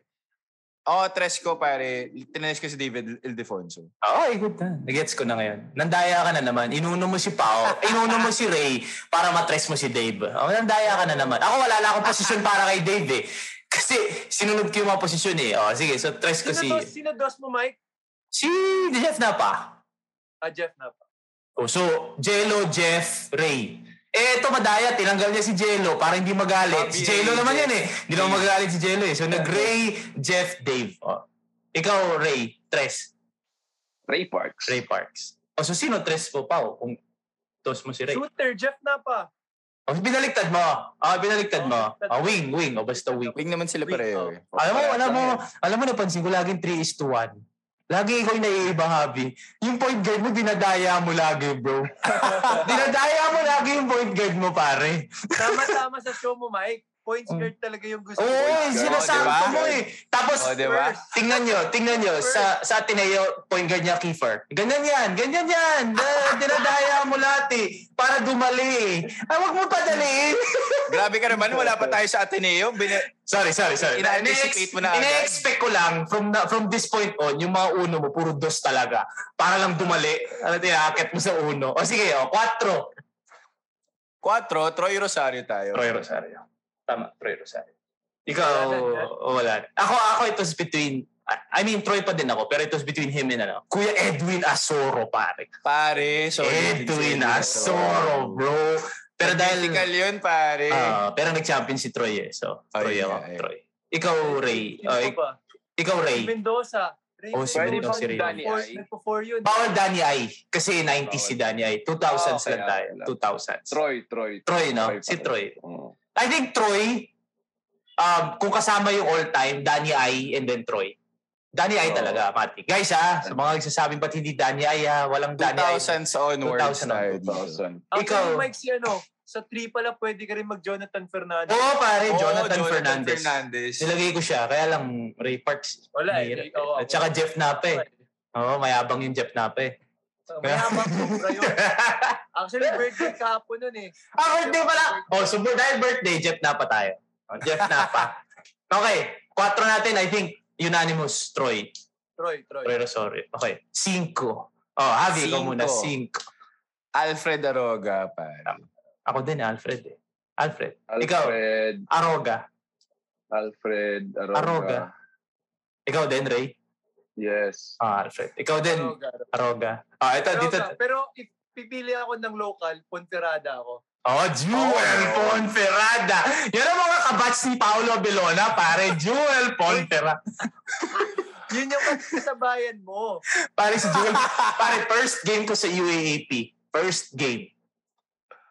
C: Oo, tres ko pare. Tinanes ko si David Ildefonso.
D: Oh, ay, good na. Nagets ko na ngayon. Nandaya ka na naman. Inuno mo si Pao. Inuno mo si Ray para matres mo si Dave. Oh, nandaya ka na naman. Ako wala lang akong posisyon para kay Dave eh. Kasi sinunod ko yung mga posisyon eh. Oh, sige. So, tres ko
F: Sino,
D: si...
F: dos, sino dos mo, Mike?
D: Si Jeff na pa.
F: Ah, Jeff na pa.
D: Oh, so, Jello, Jeff, Ray. Eh, ito madaya, tinanggal niya si Jello para hindi magalit.
C: Sabi,
D: Si Jello
C: eh,
D: naman
C: Jeff.
D: yan eh. Hindi naman magalit si Jello eh. So, nag-Ray, Jeff, Dave. Oh. Ikaw, Ray, Tres,
E: Ray Parks.
D: Ray Parks. O, so sino Tres po pa? oh, Kung tos mo si Ray.
F: Shooter, Jeff na pa.
D: O, binaliktad mo. O, binaliktad
F: Oo,
D: mo.
F: binaliktad
D: O,
F: ko.
D: wing, wing. O, basta wing.
C: Wing naman sila pareho eh.
D: Alam mo, alam mo, alam mo, napansin ko laging 3 is to 1. Lagi ikaw yung naiiba, Javi. Yung point guard mo, dinadaya mo lagi, bro. dinadaya mo lagi yung point guard mo, pare.
F: Tama-tama sa show mo, Mike. Points guard talaga yung
D: Oo,
F: gusto
D: Mm. oh,
F: mo.
C: guard,
D: sinasanto
C: diba?
D: mo eh. Tapos,
C: O, Oh, di ba?
D: tingnan nyo, tingnan nyo, sa, sa Ateneo, point guard niya, Kiefer. Ganyan yan, ganyan yan. Da- dinadaya mo lahat eh, para dumali eh. Ah, wag mo padaliin.
C: Grabe ka naman, wala pa tayo sa Ateneo. Bina-
D: sorry, sorry, sorry.
C: Ina-anticipate mo na agad?
D: Ina-expect ko lang, from, na, from this point on, yung mga uno mo, puro dos talaga. Para lang dumali. Ano, tinakit mo sa uno. O sige, o, quattro.
C: Quattro, Troy Rosario tayo.
D: Troy Rosario. Tama, Troy Rosario. Ikaw,
F: Wala na,
D: oh, wala. Ako, ako, it was between, I- I mean, Troy pa din ako, pero it was between him and ano, Kuya Edwin Asoro, pare.
C: Pare, sorry.
D: Edwin Asoro, bro.
C: Pero
D: Pero dahil,
C: yun, pare.
D: ah, pero nag-champion si Troy eh, so,
C: eh. Ay,
D: Troy ako,
C: ay.
D: Troy. Ikaw, Ray.
F: Sino
D: Oh,
F: pa
D: ik-
F: ba?
D: ikaw, Ray.
F: Mendoza. Ray
D: Oh, si
E: Pwede
D: Mendoza,
E: bang
D: si Ray.
E: Danny
F: Four,
E: Ay?
F: nagpo-four yun.
D: Bawal Danny Ay. Kasi 90s si Danny Ay. 2000s
E: Ah, okay,
D: lang tayo.
E: okay lang.
D: 2000s.
E: Troy, Troy.
D: Troy, no?
E: Troy pa
D: Si
E: rin.
D: Troy.
E: Oo.
D: I think Troy, um, kung kasama yung all-time, Danny Ay and then Troy. Danny Ay
E: Oo.
D: talaga, Mati. Guys, ah, sa mga nagsasabing ba't hindi Danny Ay, ah, walang Danny Ay.
C: 2000s onwards
D: 2000
C: tayo dito.
E: 2000.
D: Ikaw.
F: Actually, Mike, si ano, sa three pala pwede ka rin mag-Jonathan Fernandez.
D: Oo, pare,
C: Oo,
D: Jonathan, Fernandez.
C: Fernandez.
D: Nilagay ko siya, kaya lang Ray Parks.
F: Wala eh.
D: Mahirap
F: Di- oo,
D: At saka
F: ako.
D: Jeff eh. Nape. Oo, mayabang yung Jeff Nape.
F: So, Mayaman, sobra yun. Actually, birthday kahapon nun eh.
D: Ah, birthday pala! Oh, so dahil birthday, Jeff Napa tayo. Oh, Jeff Napa. okay, kwatro natin, I think, unanimous, Troy.
F: Troy, Troy.
D: Troy Rosario. Okay, cinco. Oh, Javi,
C: Cinco.
D: ikaw muna, cinco.
C: Alfred Aroga, pare.
D: Ako din, Alfred eh. Alfred. Ikaw,
E: Alfred,
D: Aroga.
E: Alfred Aroga.
D: Aroga. Ikaw din, Ray.
E: Yes.
D: Ah, Alfred. Ikaw din,
F: Pero, gar-
D: Aroga. Ah, ito,
F: pero,
D: dito.
F: gar- pero if pipili ako ng local, Ponferrada ako.
D: Oh, Jewel
C: Oh.
D: Ponferrada. Yan ang mga kabats ni Paolo Belona, pare. Jewel Ponferrada.
F: Yun yung sa bayan mo.
D: Pare, si Jewel. pare, first game ko sa UAAP. First game.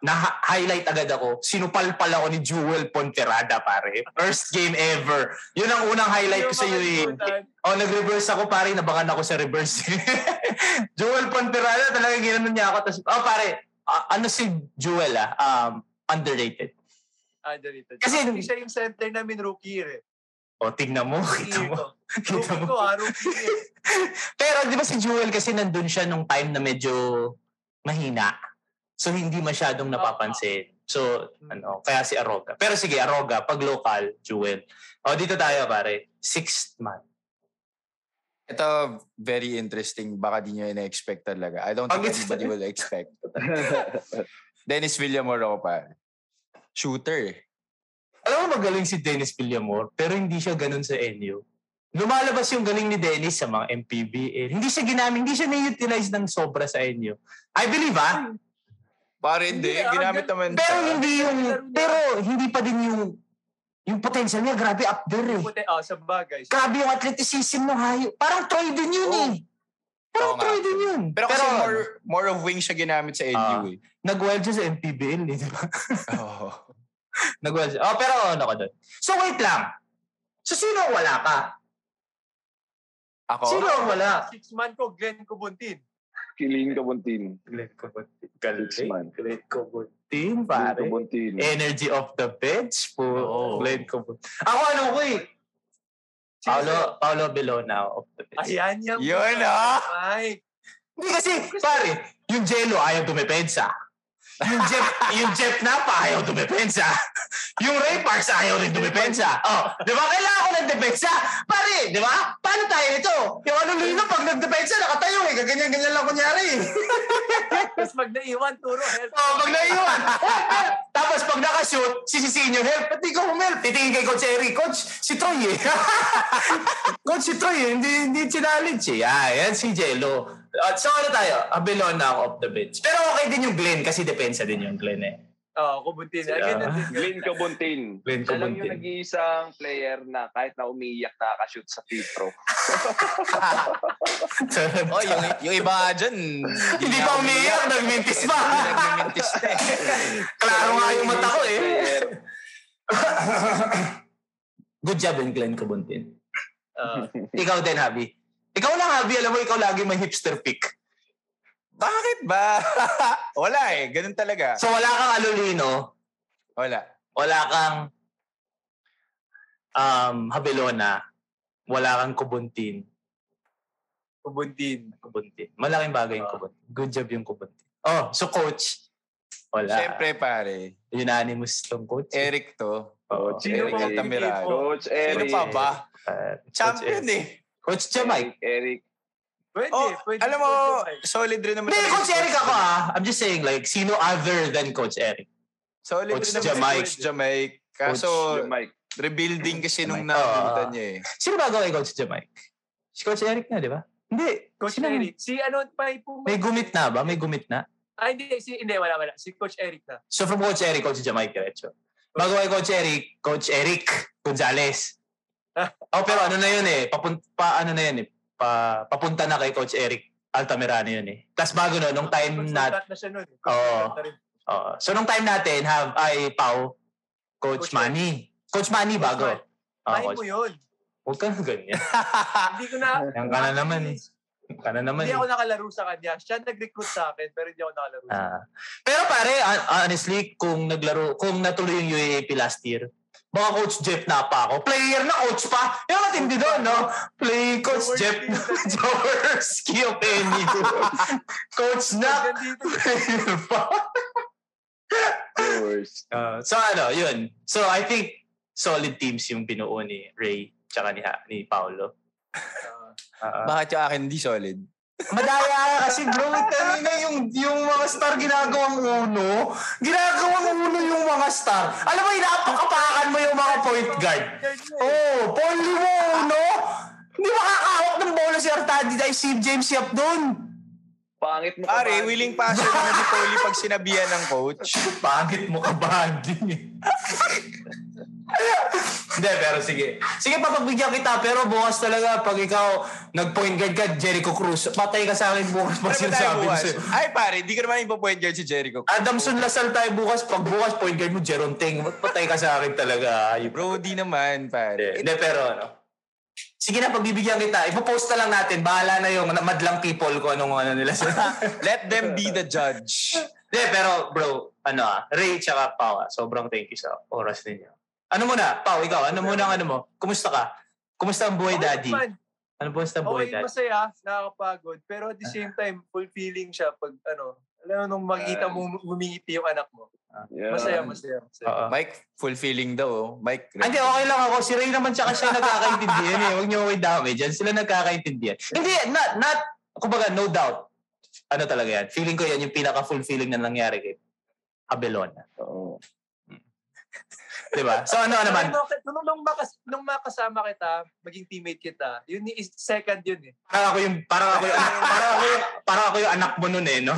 D: Na-highlight agad ako. Sinupalpal ako ni Jewel Ponferrada, pare. First game ever. Yun ang unang highlight ko sa UAAP. Oh, nag-reverse ako, pare. Nabakan ako sa reverse. Jewel Ponterada, talaga ginanon niya ako. Tapos, oh, pare, ah, ano si Jewel, ah? Um, underrated.
F: Adalito.
D: Kasi-
F: Kasi siya yung center namin rookie year eh.
D: O, oh, tignan mo. Kita
F: Rookie year
D: mo.
F: ko.
D: Kita
F: Rookie
D: mo.
F: ko ha, rookie year.
D: Pero, di ba si Jewel kasi nandun siya nung time na medyo mahina. So, hindi masyadong napapansin. So, ano, kaya si Aroga. Pero sige, Aroga, pag local, Jewel. O, oh, dito tayo, pare. Sixth man.
C: Ito, very interesting. Baka di nyo in-expect talaga. I don't
D: Pag
C: think
D: it's-
C: anybody will expect. Dennis Villamor ako, pare. Shooter. eh.
D: Alam mo magaling si Dennis Villamor, pero hindi siya ganun sa NU. Lumalabas yung galing ni Dennis sa mga MPBL. Hindi siya ginamit, hindi siya na-utilize ng sobra sa NU. I believe ah,
C: Pare, hindi.
F: Hindi, ah,
C: Ginamit
F: gan-
C: naman
D: pero
C: siya.
D: hindi yung, pero hindi pa din yung, yung potential niya, grabe up there eh.
F: Puti, ah, sa bagay.
D: Grabe yung athleticism ng hayo. Parang Troy din yun eh. Parang
C: Oo nga.
D: Troy din yun.
C: Pero kasi
D: ano,
C: more, more of wing siya ginamit sa
D: Ah.
C: NU eh.
D: nag-wild siya sa MPBL eh, di ba?
C: Oo.
D: nag-wild siya. Oh, pero ano ka doon. So wait lang. So sino ang wala ka?
C: Ako?
D: Sino ang wala?
F: Six man ko, Glenn Kubuntin.
E: Kilin Kabuntin.
D: Glenn Cobotin.
E: Six man.
D: Glenn Cobotin,
E: Kilin
D: pare. Eh.
E: Kabuntin.
D: Energy of the bench po.
C: Oo.
D: Glenn Cobotin. Ako ano ko eh. Paolo, Paolo Belona of the bench.
F: Ayan yung...
C: Yun, ah!
F: Mike.
D: Hindi kasi, pare, yung Jello ayaw dumepensa. Yung Jeff, yung Jeff Napa ayaw dumepensa. Yung Ray Parks ayaw rin dumepensa. Oh, di ba? Kailangan ko ng depensa. Pare, di ba? Paano tayo ito? Yung ano lino, pag nagdepensa, nakatayo eh. Kaganyan-ganyan lang kunyari eh.
F: Tapos mag naiwan, turo help.
C: Oh,
D: Oo, pag naiwan. help, help. Tapos pag nakashoot, sisisihin yung help. Ba't di ko humelp? Titingin kay Coach Eric. Coach, si Troy eh. Coach, si Troy eh. Hindi, hindi challenge eh. Ah, yan si Jello. At so ano tayo? Abelon na ako off the bench. Pero okay din yung Glenn kasi depensa din yung Glenn eh.
F: Oo, Kubuntin. Ay,
D: Yeah.
F: ganun din.
E: Glenn Kabuntin.
D: Glenn
E: Siya lang yung
D: Kabuntin.
E: nag-iisang player na kahit na umiiyak nakakashoot sa free throw.
C: Oh, yung, yung iba dyan.
D: hindi pa umiiyak, nagmintis pa.
C: Nagmimintis na eh.
D: Klaro nga yung mata ko eh.
E: Player.
D: Good job yung Glenn Kabuntin.
C: Ah.
F: Oo.
D: Ikaw din, Javi. Ikaw lang, Javi. Alam mo, ikaw lagi may hipster pick.
C: Bakit ba? Wala eh. Ganun talaga.
D: So wala kang alulino,
C: Wala.
D: wala kang um, Habelona, wala kang Kubuntin.
F: Kubuntin.
D: Kubuntin. Malaking bagay yung
F: Ah.
D: Kubuntin. Good job yung Kubuntin. Oh, so coach, wala.
C: Siyempre pare.
D: Unanimous tong coach. Oh.
C: Eric to.
D: Oo.
E: Coach
C: Eric
E: Eric.
C: Altamirano.
E: Coach
C: Sino
E: Eric.
C: pa ba?
D: Ah, Coach
C: Champion
D: Eric.
C: eh.
D: Coach Jamay.
E: Eric, Eric.
F: Pwede,
C: Oh,
F: pwede.
C: alam mo,
F: pwede, Mike.
C: solid rin naman.
D: Hindi,
C: talaga
D: Coach
C: si
D: Eric ako ah. I'm just saying like, sino other than Coach Eric?
C: Solid
D: Coach
C: din naman si
D: Jamaic.
C: Coach Jamaic. Kaso,
E: Yung Mike.
C: rebuilding kasi nung
D: Jamaic.
C: nakita
D: Ah.
C: niya eh.
D: Sino ba ako kay Coach Jamaic? Si Coach Eric na, di ba? Hindi.
F: Coach
D: Sino-
F: Eric. Si ano pa yung...
D: May gumit na ba? May gumit na?
F: Ay, Ah, hindi. Si, hindi, wala, wala. Si Coach Eric na.
D: So from Coach Eric, Coach Jamaic diretso. Bago kay Coach Eric, Coach Eric Gonzales. oh, pero ano na yun eh. Papun- pa, ano na yun eh. Pa, papunta na kay Coach Eric Altamirano yun eh. Tapos bago no, nung time nat
F: Consultant na siya nun.
D: Oo.
F: Consultant na rin.
D: Oo. so nung time natin, have ay Pau, Coach,
F: Coach
D: Manny. Coach Manny bago.
F: Manny.
D: Oo,
F: Ay mo
D: Ah, Coach.
F: yun.
D: Huwag ka na ganyan.
F: Hindi ko na...
D: Yan ka na naman eh. Yan Ka na naman
F: Hindi
D: eh.
F: ako nakalaro sa kanya. Siya nag-recruit sa akin, pero hindi ako nakalaro. sa
D: Ah. Pero pare, hon- honestly, kung naglaro, kung natuloy yung UAAP last year, baka Coach Jeff na pa ako. Player na coach pa. Yung matindi doon, no? Play Coach Jeff
F: Jaworski.
D: Jaworski of any Coach na.
F: Hanggang dito.
D: player pa.
E: The worst.
D: Ah, so ano, yun. So I think solid teams yung binuo ni Ray tsaka ni, Ha- ni Paolo.
F: Ah.
D: Ah,
C: Bakit yung akin hindi solid?
D: Madaya ka kasi bro, tanina yung, yung mga star ginagawang uno. Ginagawang uno yung mga star. Alam mo, inapakapakan mo yung mga point guard. Oo, oh, Polly mo uno. Hindi makakahawak ng bola si Artadi dahil si James Yap doon.
E: Pangit mo ka
C: Pare,
E: ba?
C: willing passer naman si Polly pag sinabihan ng coach.
D: Pangit mo ka banding eh. Hindi, pero sige. Sige, papagbigyan kita. Pero bukas talaga, pag ikaw nag-point guard ka, Jericho Cruz, patay ka sa akin bukas pa
C: Ano ba tayo
D: sinasabi ko
C: bukas?
D: sa'yo.
C: Ay pare, di ka naman ipapoint guard si Jericho.
D: Adamson Lasal tayo bukas. Pag bukas, point guard mo, Jerome Ting. Patay ka sa akin talaga. Ayun.
C: Bro, di naman, pare.
D: Hindi, pero ano. Sige na, pagbibigyan kita. Ipopost na lang natin. Bahala na yung madlang people ko anong ano nila. Hindi,
C: Let them be the judge.
D: pero bro, ano ah, Ray tsaka Pau ah, sobrang thank you sa oras ninyo. Ano muna, Pau, ikaw, ano muna ang ano mo? Kumusta ka? Kumusta ang buhay
F: Okay
D: daddy?
F: naman.
D: Ano po ang buhay
F: Okay,
D: daddy?
F: masaya, nakakapagod. Pero at the
D: Ah.
F: same time, fulfilling siya pag ano, alam mo nung makita mo humingiti yung anak mo.
E: Yeah.
F: Masaya, masaya. masaya.
D: Oo.
C: Mike, fulfilling daw. oh. Mike,
D: Ah, Hindi, okay lang ako. Si Ray naman tsaka siya nagkakaintindihan eh. Huwag niyo ako i-damage. Yan sila nagkakaintindihan. Hindi, not, not, kumbaga, no doubt. Ano talaga yan? Feeling ko yan yung pinaka-fulfilling na nangyari kay Abelona.
E: Oo.
D: Diba? So ano naman,
F: Pero nung, nung, nung, makas, nung makasama kita, maging teammate kita, yun is second yun eh.
D: parang ako yung, parang ako yung, anak- parang ako yung, parang ako yung anak mo nun eh, no?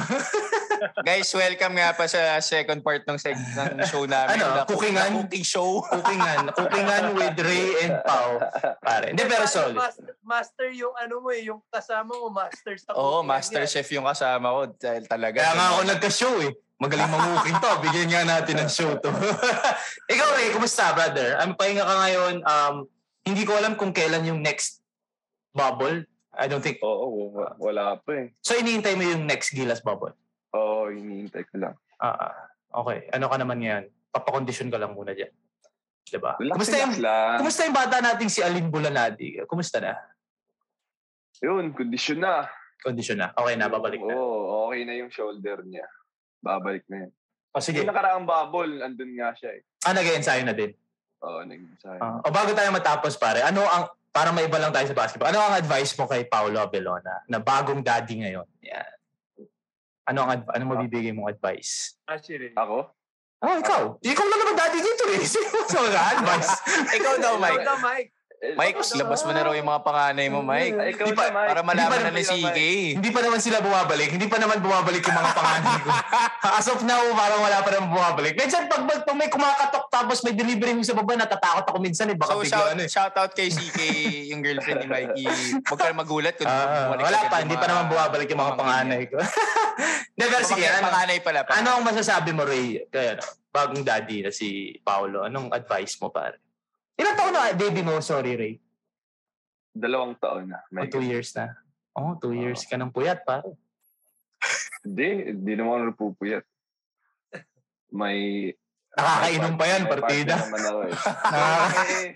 C: Guys, welcome nga pa sa second part ng seg ng show namin.
D: Ano,
C: na
D: cookingan?
C: na cooking show.
D: Cookingan, cookingan with Ray and Pau. Pare. Hindi, pero
F: Ano,
D: solid.
F: Master, master yung ano mo eh, yung kasama mo, master sa
C: Oo,
F: cooking.
C: master chef yung kasama ko. Dahil talaga.
D: Kaya nga ako nagka-show eh. Magaling mangukin to. Bigyan nga natin ng show to. Ikaw Ray, kumusta brother? Ang pahinga ka ngayon. Um, hindi ko alam kung kailan yung next bubble. I don't think.
E: Oo, wa- wala pa eh.
D: So iniintay mo yung next Gilas bubble?
E: Oo, hinihintay ko lang.
D: Ah, ah. okay. Ano ka naman ngayon? Papakondisyon ka lang muna dyan. Diba? Kumusta yung,
E: Relax-relax lang.
D: kumusta yung bata nating si Alin Bulanadi? Kumusta na?
E: Yun, kondisyon na.
D: Kondisyon na? Okay na, babalik na.
E: Oo, okay na yung shoulder niya. Babalik na yun.
D: O sige.
E: Yung nakaraang bubble, andun nga siya eh.
D: Ah, nag-ensayo na din.
E: Oo, naging sa
D: Ah, o bago tayo matapos pare, ano ang para maiba lang tayo sa basketball. Ano ang advice mo kay Paolo Abelona na bagong daddy ngayon? Yan. Ano ang adv- ano mabibigay mong advice?
F: Actually.
E: Ako?
D: Oh, ikaw. Ikaw lang naman daddy dito eh. Sino sa mga advice?
C: Ikaw daw, Mike.
F: Ikaw daw, Mike.
E: Eh,
C: Mike, labas mo na raw yung mga panganay mo, Mike.
E: Ah, ikaw
D: Di ba-
E: na, Mike.
C: Para
D: Di ba
C: malaman na ni
E: naman yun,
C: CK.
D: Hindi pa naman sila bumabalik. Hindi pa naman bumabalik yung mga panganay ko. As of now, parang wala pa naman bumabalik. Minsan, pag, pag, pag may kumakatok tapos may delivery mo sa baba, natatakot ako minsan eh. Baka
C: So,
D: bigla
C: shout,
D: ano eh.
C: shout out kay CK, yung girlfriend ni Mikey. Huwag ka na magulat kung
D: Ah,
C: bumalik
D: wala
C: agad
D: pa,
C: yung
D: hindi
C: mga
D: pa naman bumabalik yung mga
C: pamangkin
D: panganay ko. Hindi, pero
C: niya.
D: sige,
C: Pamangkin-
D: ano?
C: Panganay pala.
D: Ano ang masasabi mo, Ray, kay ano, bagong daddy na si Paolo? Anong advice mo, pare? Ilang taon na baby mo? Sorry, Ray.
E: Dalawang taon na.
D: O,
E: Mike.
D: two years na. Oh, two years ka ng puyat, pare.
E: Hindi, hindi naman ako napupuyat. May...
D: Nakakainom pa yan,
E: may
D: partida.
E: partner naman ako eh.
D: Nakaka-
E: Eh,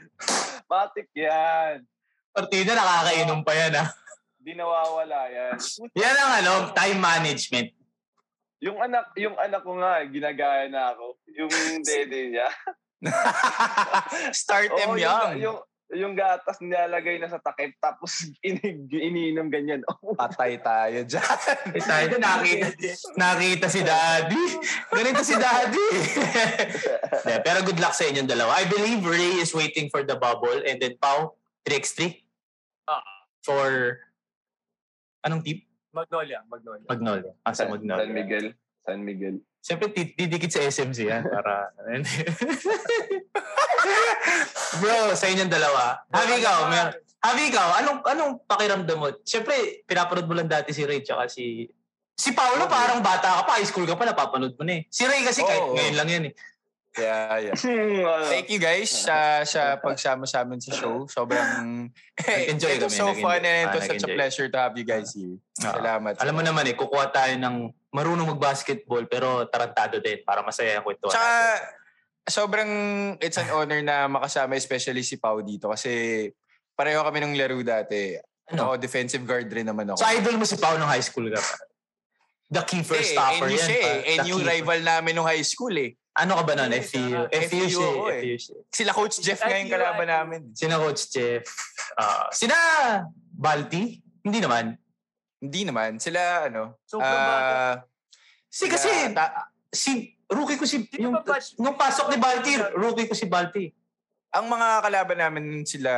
E: Matik yan.
D: partida, nakakainom pa yan, ha?
E: Di nawawala yan.
D: Yan ang ano, time management.
E: Yung anak, yung anak ko nga, ginagaya na ako. Yung dede niya.
C: Start them
E: Oo, yung,
C: young.
E: yung, yung gatas nilalagay na sa takip tapos ini- iniinom ganyan.
C: Patay tayo dyan.
D: Eh, tayo, nakita, nakita si Daddy. Ganito si Daddy. De, pero good luck sa inyong dalawa. I believe Ray is waiting for the bubble and then Pau, 3x3
F: Ah.
D: for anong team?
F: Magnolia, Magnolia.
D: Magnolia. Ah, sa
E: San
D: Magnolia.
E: Miguel. San Miguel.
D: Siyempre, tit- didikit sa SMC yan ah, para... Bro, sa inyong dalawa. Habi ka, mer- Habi ikaw, anong, anong pakiramdam mo? Siyempre, pinapanood mo lang dati si Ray tsaka si... Si Paolo parang bata ka pa, high school ka pa, napapanood mo na eh. Si Ray kasi kahit
C: Oo.
D: ngayon lang yan eh.
C: Yeah, yeah. Thank you guys sa sa pagsama sa amin sa show. Sobrang
D: Nag-enjoy
C: It was
D: kami,
C: so fun
D: nag-enjoy.
C: and it
D: Ah,
C: was such a
D: nag-enjoy.
C: pleasure to have you guys here.
D: Ah.
C: Salamat.
D: Alam mo naman eh, kukuha tayo ng marunong magbasketball pero tarantado din para masaya ang kwentuhan.
C: Tsaka,
D: natin.
C: sobrang it's an honor na makasama especially si Pau dito kasi pareho kami nung laro dati.
D: Ano?
C: Ako, defensive guard rin naman ako.
D: So idol mo si Pau nung high school ka pa. The key
C: Eh,
D: first
C: NU
D: stopper yan.
C: siya
D: pa.
C: eh.
D: The
C: NU
D: key-
C: rival namin nung high school eh.
D: Ano ka ba nun?
F: Yes,
D: FEU.
F: ah,
D: FEU
C: FEU
D: siya
C: ako
D: eh.
C: eh.
D: FEU siya.
C: Sila Coach Jeff nga yung
F: NU,
C: kalaban
F: NU.
C: namin.
D: Sina Coach Jeff. Ah, sina Balti? Hindi naman.
C: Hindi naman. Sila ano.
F: Sobrang bata.
C: ah,
D: Si
C: sila-
D: kasi,
C: ta-
D: si rookie ko si
F: Di
D: yung,
F: ba batch-
D: nung pasok ni Balti, rookie ko si Balti.
C: ang mga kalaban namin sila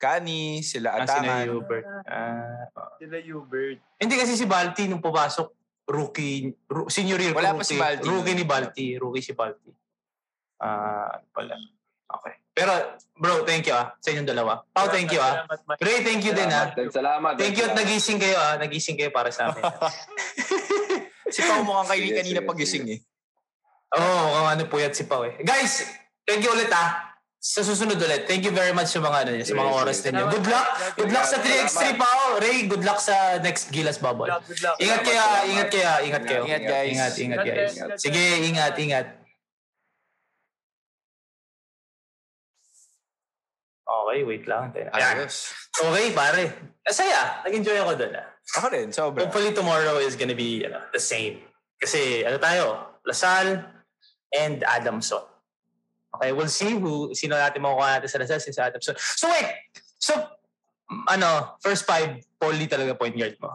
C: Kani, sila
D: Ah, sina
C: Atangan.
D: Hubert. Ah, oo.
F: Sila Hubert.
D: hindi kasi si Balti nung pumasok, rookie, ru- senior year ko
C: Wala pa si
D: rookie.
C: Balti.
D: Rookie ni Balti, rookie si Balti. Ah, ano pala. Okay. Pero, bro, thank you ah, sa inyong dalawa. Pao, thank you ah.
F: Salamat, Mike.
D: Ray, thank you din ah.
E: Salamat, din. Salamat.
D: Thank you at nagising kayo ah. Nagising kayo para sa amin.
C: si Pao mukhang kay
E: Sige,
C: kanina
E: sige,
C: pagising eh.
D: Oo, oh, mukhang ano puyat si Pao eh. Guys, thank you ulit ah. Sa susunod ulit, thank you very much sa mga ano niyo, sa mga
E: Yes,
D: oras
E: yes.
D: ninyo. Good luck. Good luck sa 3x3 Pao. Ray, good luck sa next Gilas
F: Good
D: Bubble.
F: luck, good luck.
D: Ingat kayo, ah. ingat kayo, ah. ingat kayo.
C: Ingat, guys.
D: Ingat, ingat
F: God
D: guys.
F: bless, God bless.
D: Sige, ingat, ingat. Okay, wait lang. Ayan.
C: eh. Ayos.
D: Okay, pare. Masaya. Nag-enjoy ako doon. ah.
C: Ako rin, sobra.
D: Hopefully tomorrow is gonna be ano, the same. Kasi ano tayo? Lasal and Adamson. Okay, we'll see who sino natin makukuha natin sa Lasal since Adamson. So wait. So mm, ano, first five, Pauli talaga point guard mo.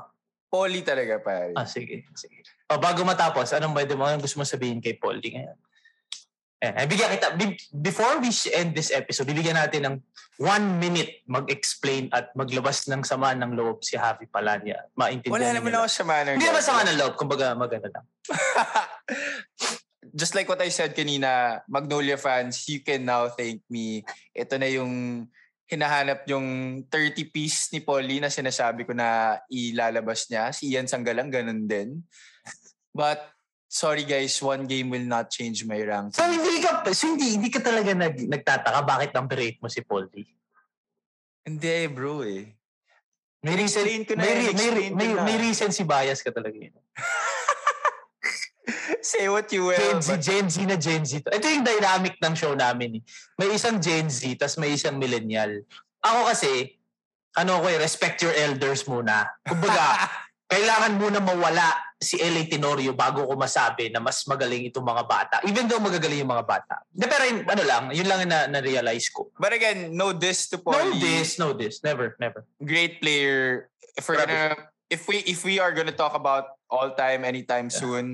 C: Poly talaga pare.
D: Ah, sige. sige. O, bago matapos, anong pwede mo, anong gusto mo sabihin kay Paulie ngayon? Eh, eh, bigyan kita, bi- before we sh- end this episode, bibigyan natin ng one minute mag-explain at maglabas ng sama ng loob si Javi Palanya. Maintindihan
C: Wala
D: niyo
C: naman
D: na.
C: ako sa manner.
D: Hindi naman sama ng loob, kumbaga maganda lang.
C: Just like what I said kanina, Magnolia fans, you can now thank me. Ito na yung hinahanap yung 30 piece ni Polly na sinasabi ko na ilalabas niya. Si Ian Sanggalang, ganun din. But, sorry guys, one game will not change my rank.
D: So hindi ka, so hindi, hindi ka talaga nag, nagtataka bakit number 8 mo si Paulie.
C: Hindi bro eh.
D: May reason,
C: Explain ko na
D: may,
C: yun,
D: re- may, re-
C: explain ko
D: may,
C: na.
D: may reason si bias ka talaga yun.
C: Say what you will.
D: Gen Z,
C: but-
D: Gen Z na Gen Z. to. Ito yung dynamic ng show namin. eh. May isang Gen Z, tas may isang millennial. Ako kasi, ano ko eh, respect your elders muna. Kumbaga, kailangan muna mawala si LA Tenorio bago ko masabi na mas magaling itong mga bata. Even though magagaling yung mga bata. Hindi, pero yun, ano lang, yun lang na, na-realize ko.
C: But again, no this to
D: No
C: Polly.
D: this, no this. Never, never.
C: Great player. If we're
D: Grabe.
C: gonna, if we if we are gonna talk about all time anytime
D: Yeah.
C: soon,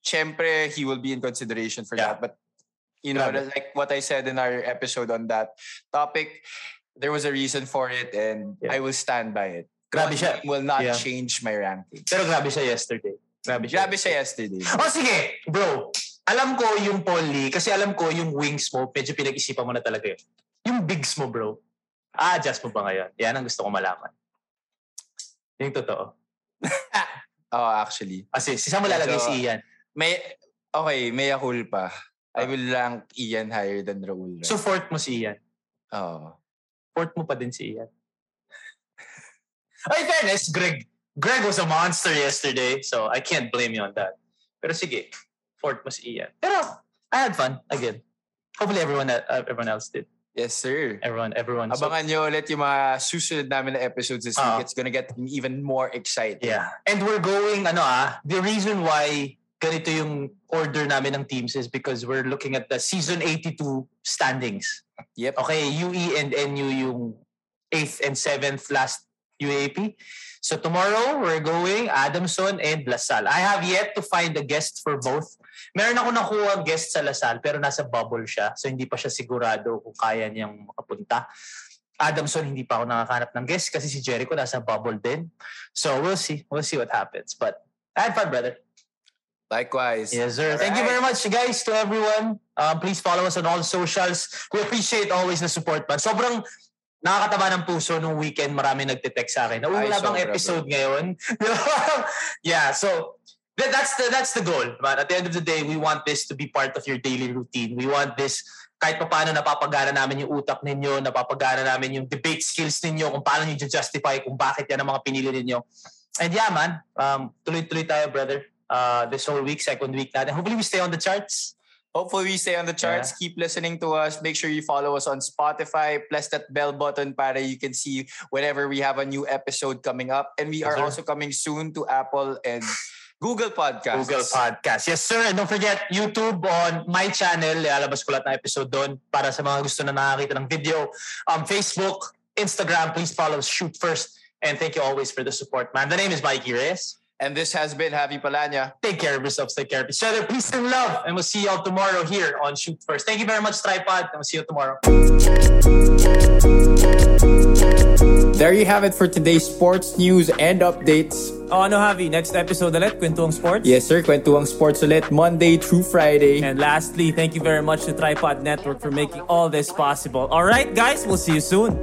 C: syempre he will be in consideration for
D: Yeah.
C: that. But you know,
D: Grabe.
C: like what I said in our episode on that topic, there was a reason for it, and I
D: Yeah.
C: will stand by it.
D: Grabe
C: One
D: siya.
C: game Will not
D: Yeah.
C: change my ranking.
D: Pero grabe siya yesterday. Grabe siya.
C: Grabe siya yesterday.
D: Oh, sige, bro. Alam ko yung Polly, kasi alam ko yung wings mo, medyo pinag-isipan mo na talaga yun. Yung bigs mo, bro. A-adjust mo ba ngayon? Yan ang gusto ko malaman. Yung totoo.
C: Oh, actually.
D: Kasi si saan mo lalagay
C: Medyo-
D: si Ian?
C: May okay, mea culpa. I
D: Ah.
C: will rank Ian higher than Raul. Right?
D: So fourth mo si Ian.
C: oh.
D: Fourth mo pa din si Ian. Ay, fairness, Greg. Greg was a monster yesterday, so I can't blame you on that. Pero sige, fourth mo si Ian. Pero, I had fun, again. Hopefully everyone uh, everyone else did.
C: Yes, sir.
D: Everyone, everyone. So-
C: Abangan nyo ulit yung mga susunod namin na episodes this
D: Ah.
C: week. It's gonna get me even more excited.
D: Yeah. And we're going, ano ah, the reason why ganito yung order namin ng teams is because we're looking at the season 82 standings.
C: Yep.
D: Okay, UE and NU yung 8th and 7th last UAP. So tomorrow, we're going Adamson and Lasal. I have yet to find a guest for both. Meron ako nakuha ang guest sa Lasal pero nasa bubble siya. So hindi pa siya sigurado kung kaya niyang makapunta. Adamson, hindi pa ako nakakanap ng guest kasi si Jericho nasa bubble din. So we'll see. We'll see what happens. But I had fun, brother.
C: Likewise.
D: Yes, sir. Thank you very much, guys, to everyone. Um, please follow us on all socials. We appreciate always the support, man. Sobrang nakakataba ng puso nung weekend. Marami nagte-text sa
C: Ay,
D: akin. Nawala bang
C: sobra,
D: episode ngayon? yeah, so that, that's the that's the goal, man. At the end of the day, we want this to be part of your daily routine. We want this kahit pa paano napapagana namin yung utak ninyo, napapagana namin yung debate skills ninyo, kung paano nyo justify kung bakit yan ang mga pinili ninyo. And yeah, man, um, tuloy-tuloy tayo, brother uh, this whole week, second week natin. Hopefully, we stay on the charts.
C: Hopefully, we stay on the charts. Keep listening to us. Make sure you follow us on Spotify. Press that bell button para you can see whenever we have a new episode coming up. And we
D: Yes,
C: are
D: sir.
C: also coming soon to Apple and Google Podcasts.
D: Google Podcast. Yes, sir. And don't forget, YouTube on my channel. Lalabas ko lahat ng episode doon para sa mga gusto na nakakita ng video. Um, Facebook, Instagram, please follow us. Shoot first. And thank you always for the support, man. The name is Mikey Reyes.
C: And this has been Javi Palanya.
D: Take care of yourselves. Take care of each other. Peace and love. And we'll see y'all tomorrow here on Shoot First. Thank you very much, Tripod. And we'll see you tomorrow.
A: There you have it for today's sports news and updates.
B: Oh, ano Javi? Next episode ulit, Kwentuang Sports?
A: Yes sir, kwentuang sports ulit Monday through Friday.
B: And lastly, thank you very much to Tripod Network for making all this possible. All right, guys, we'll see you soon.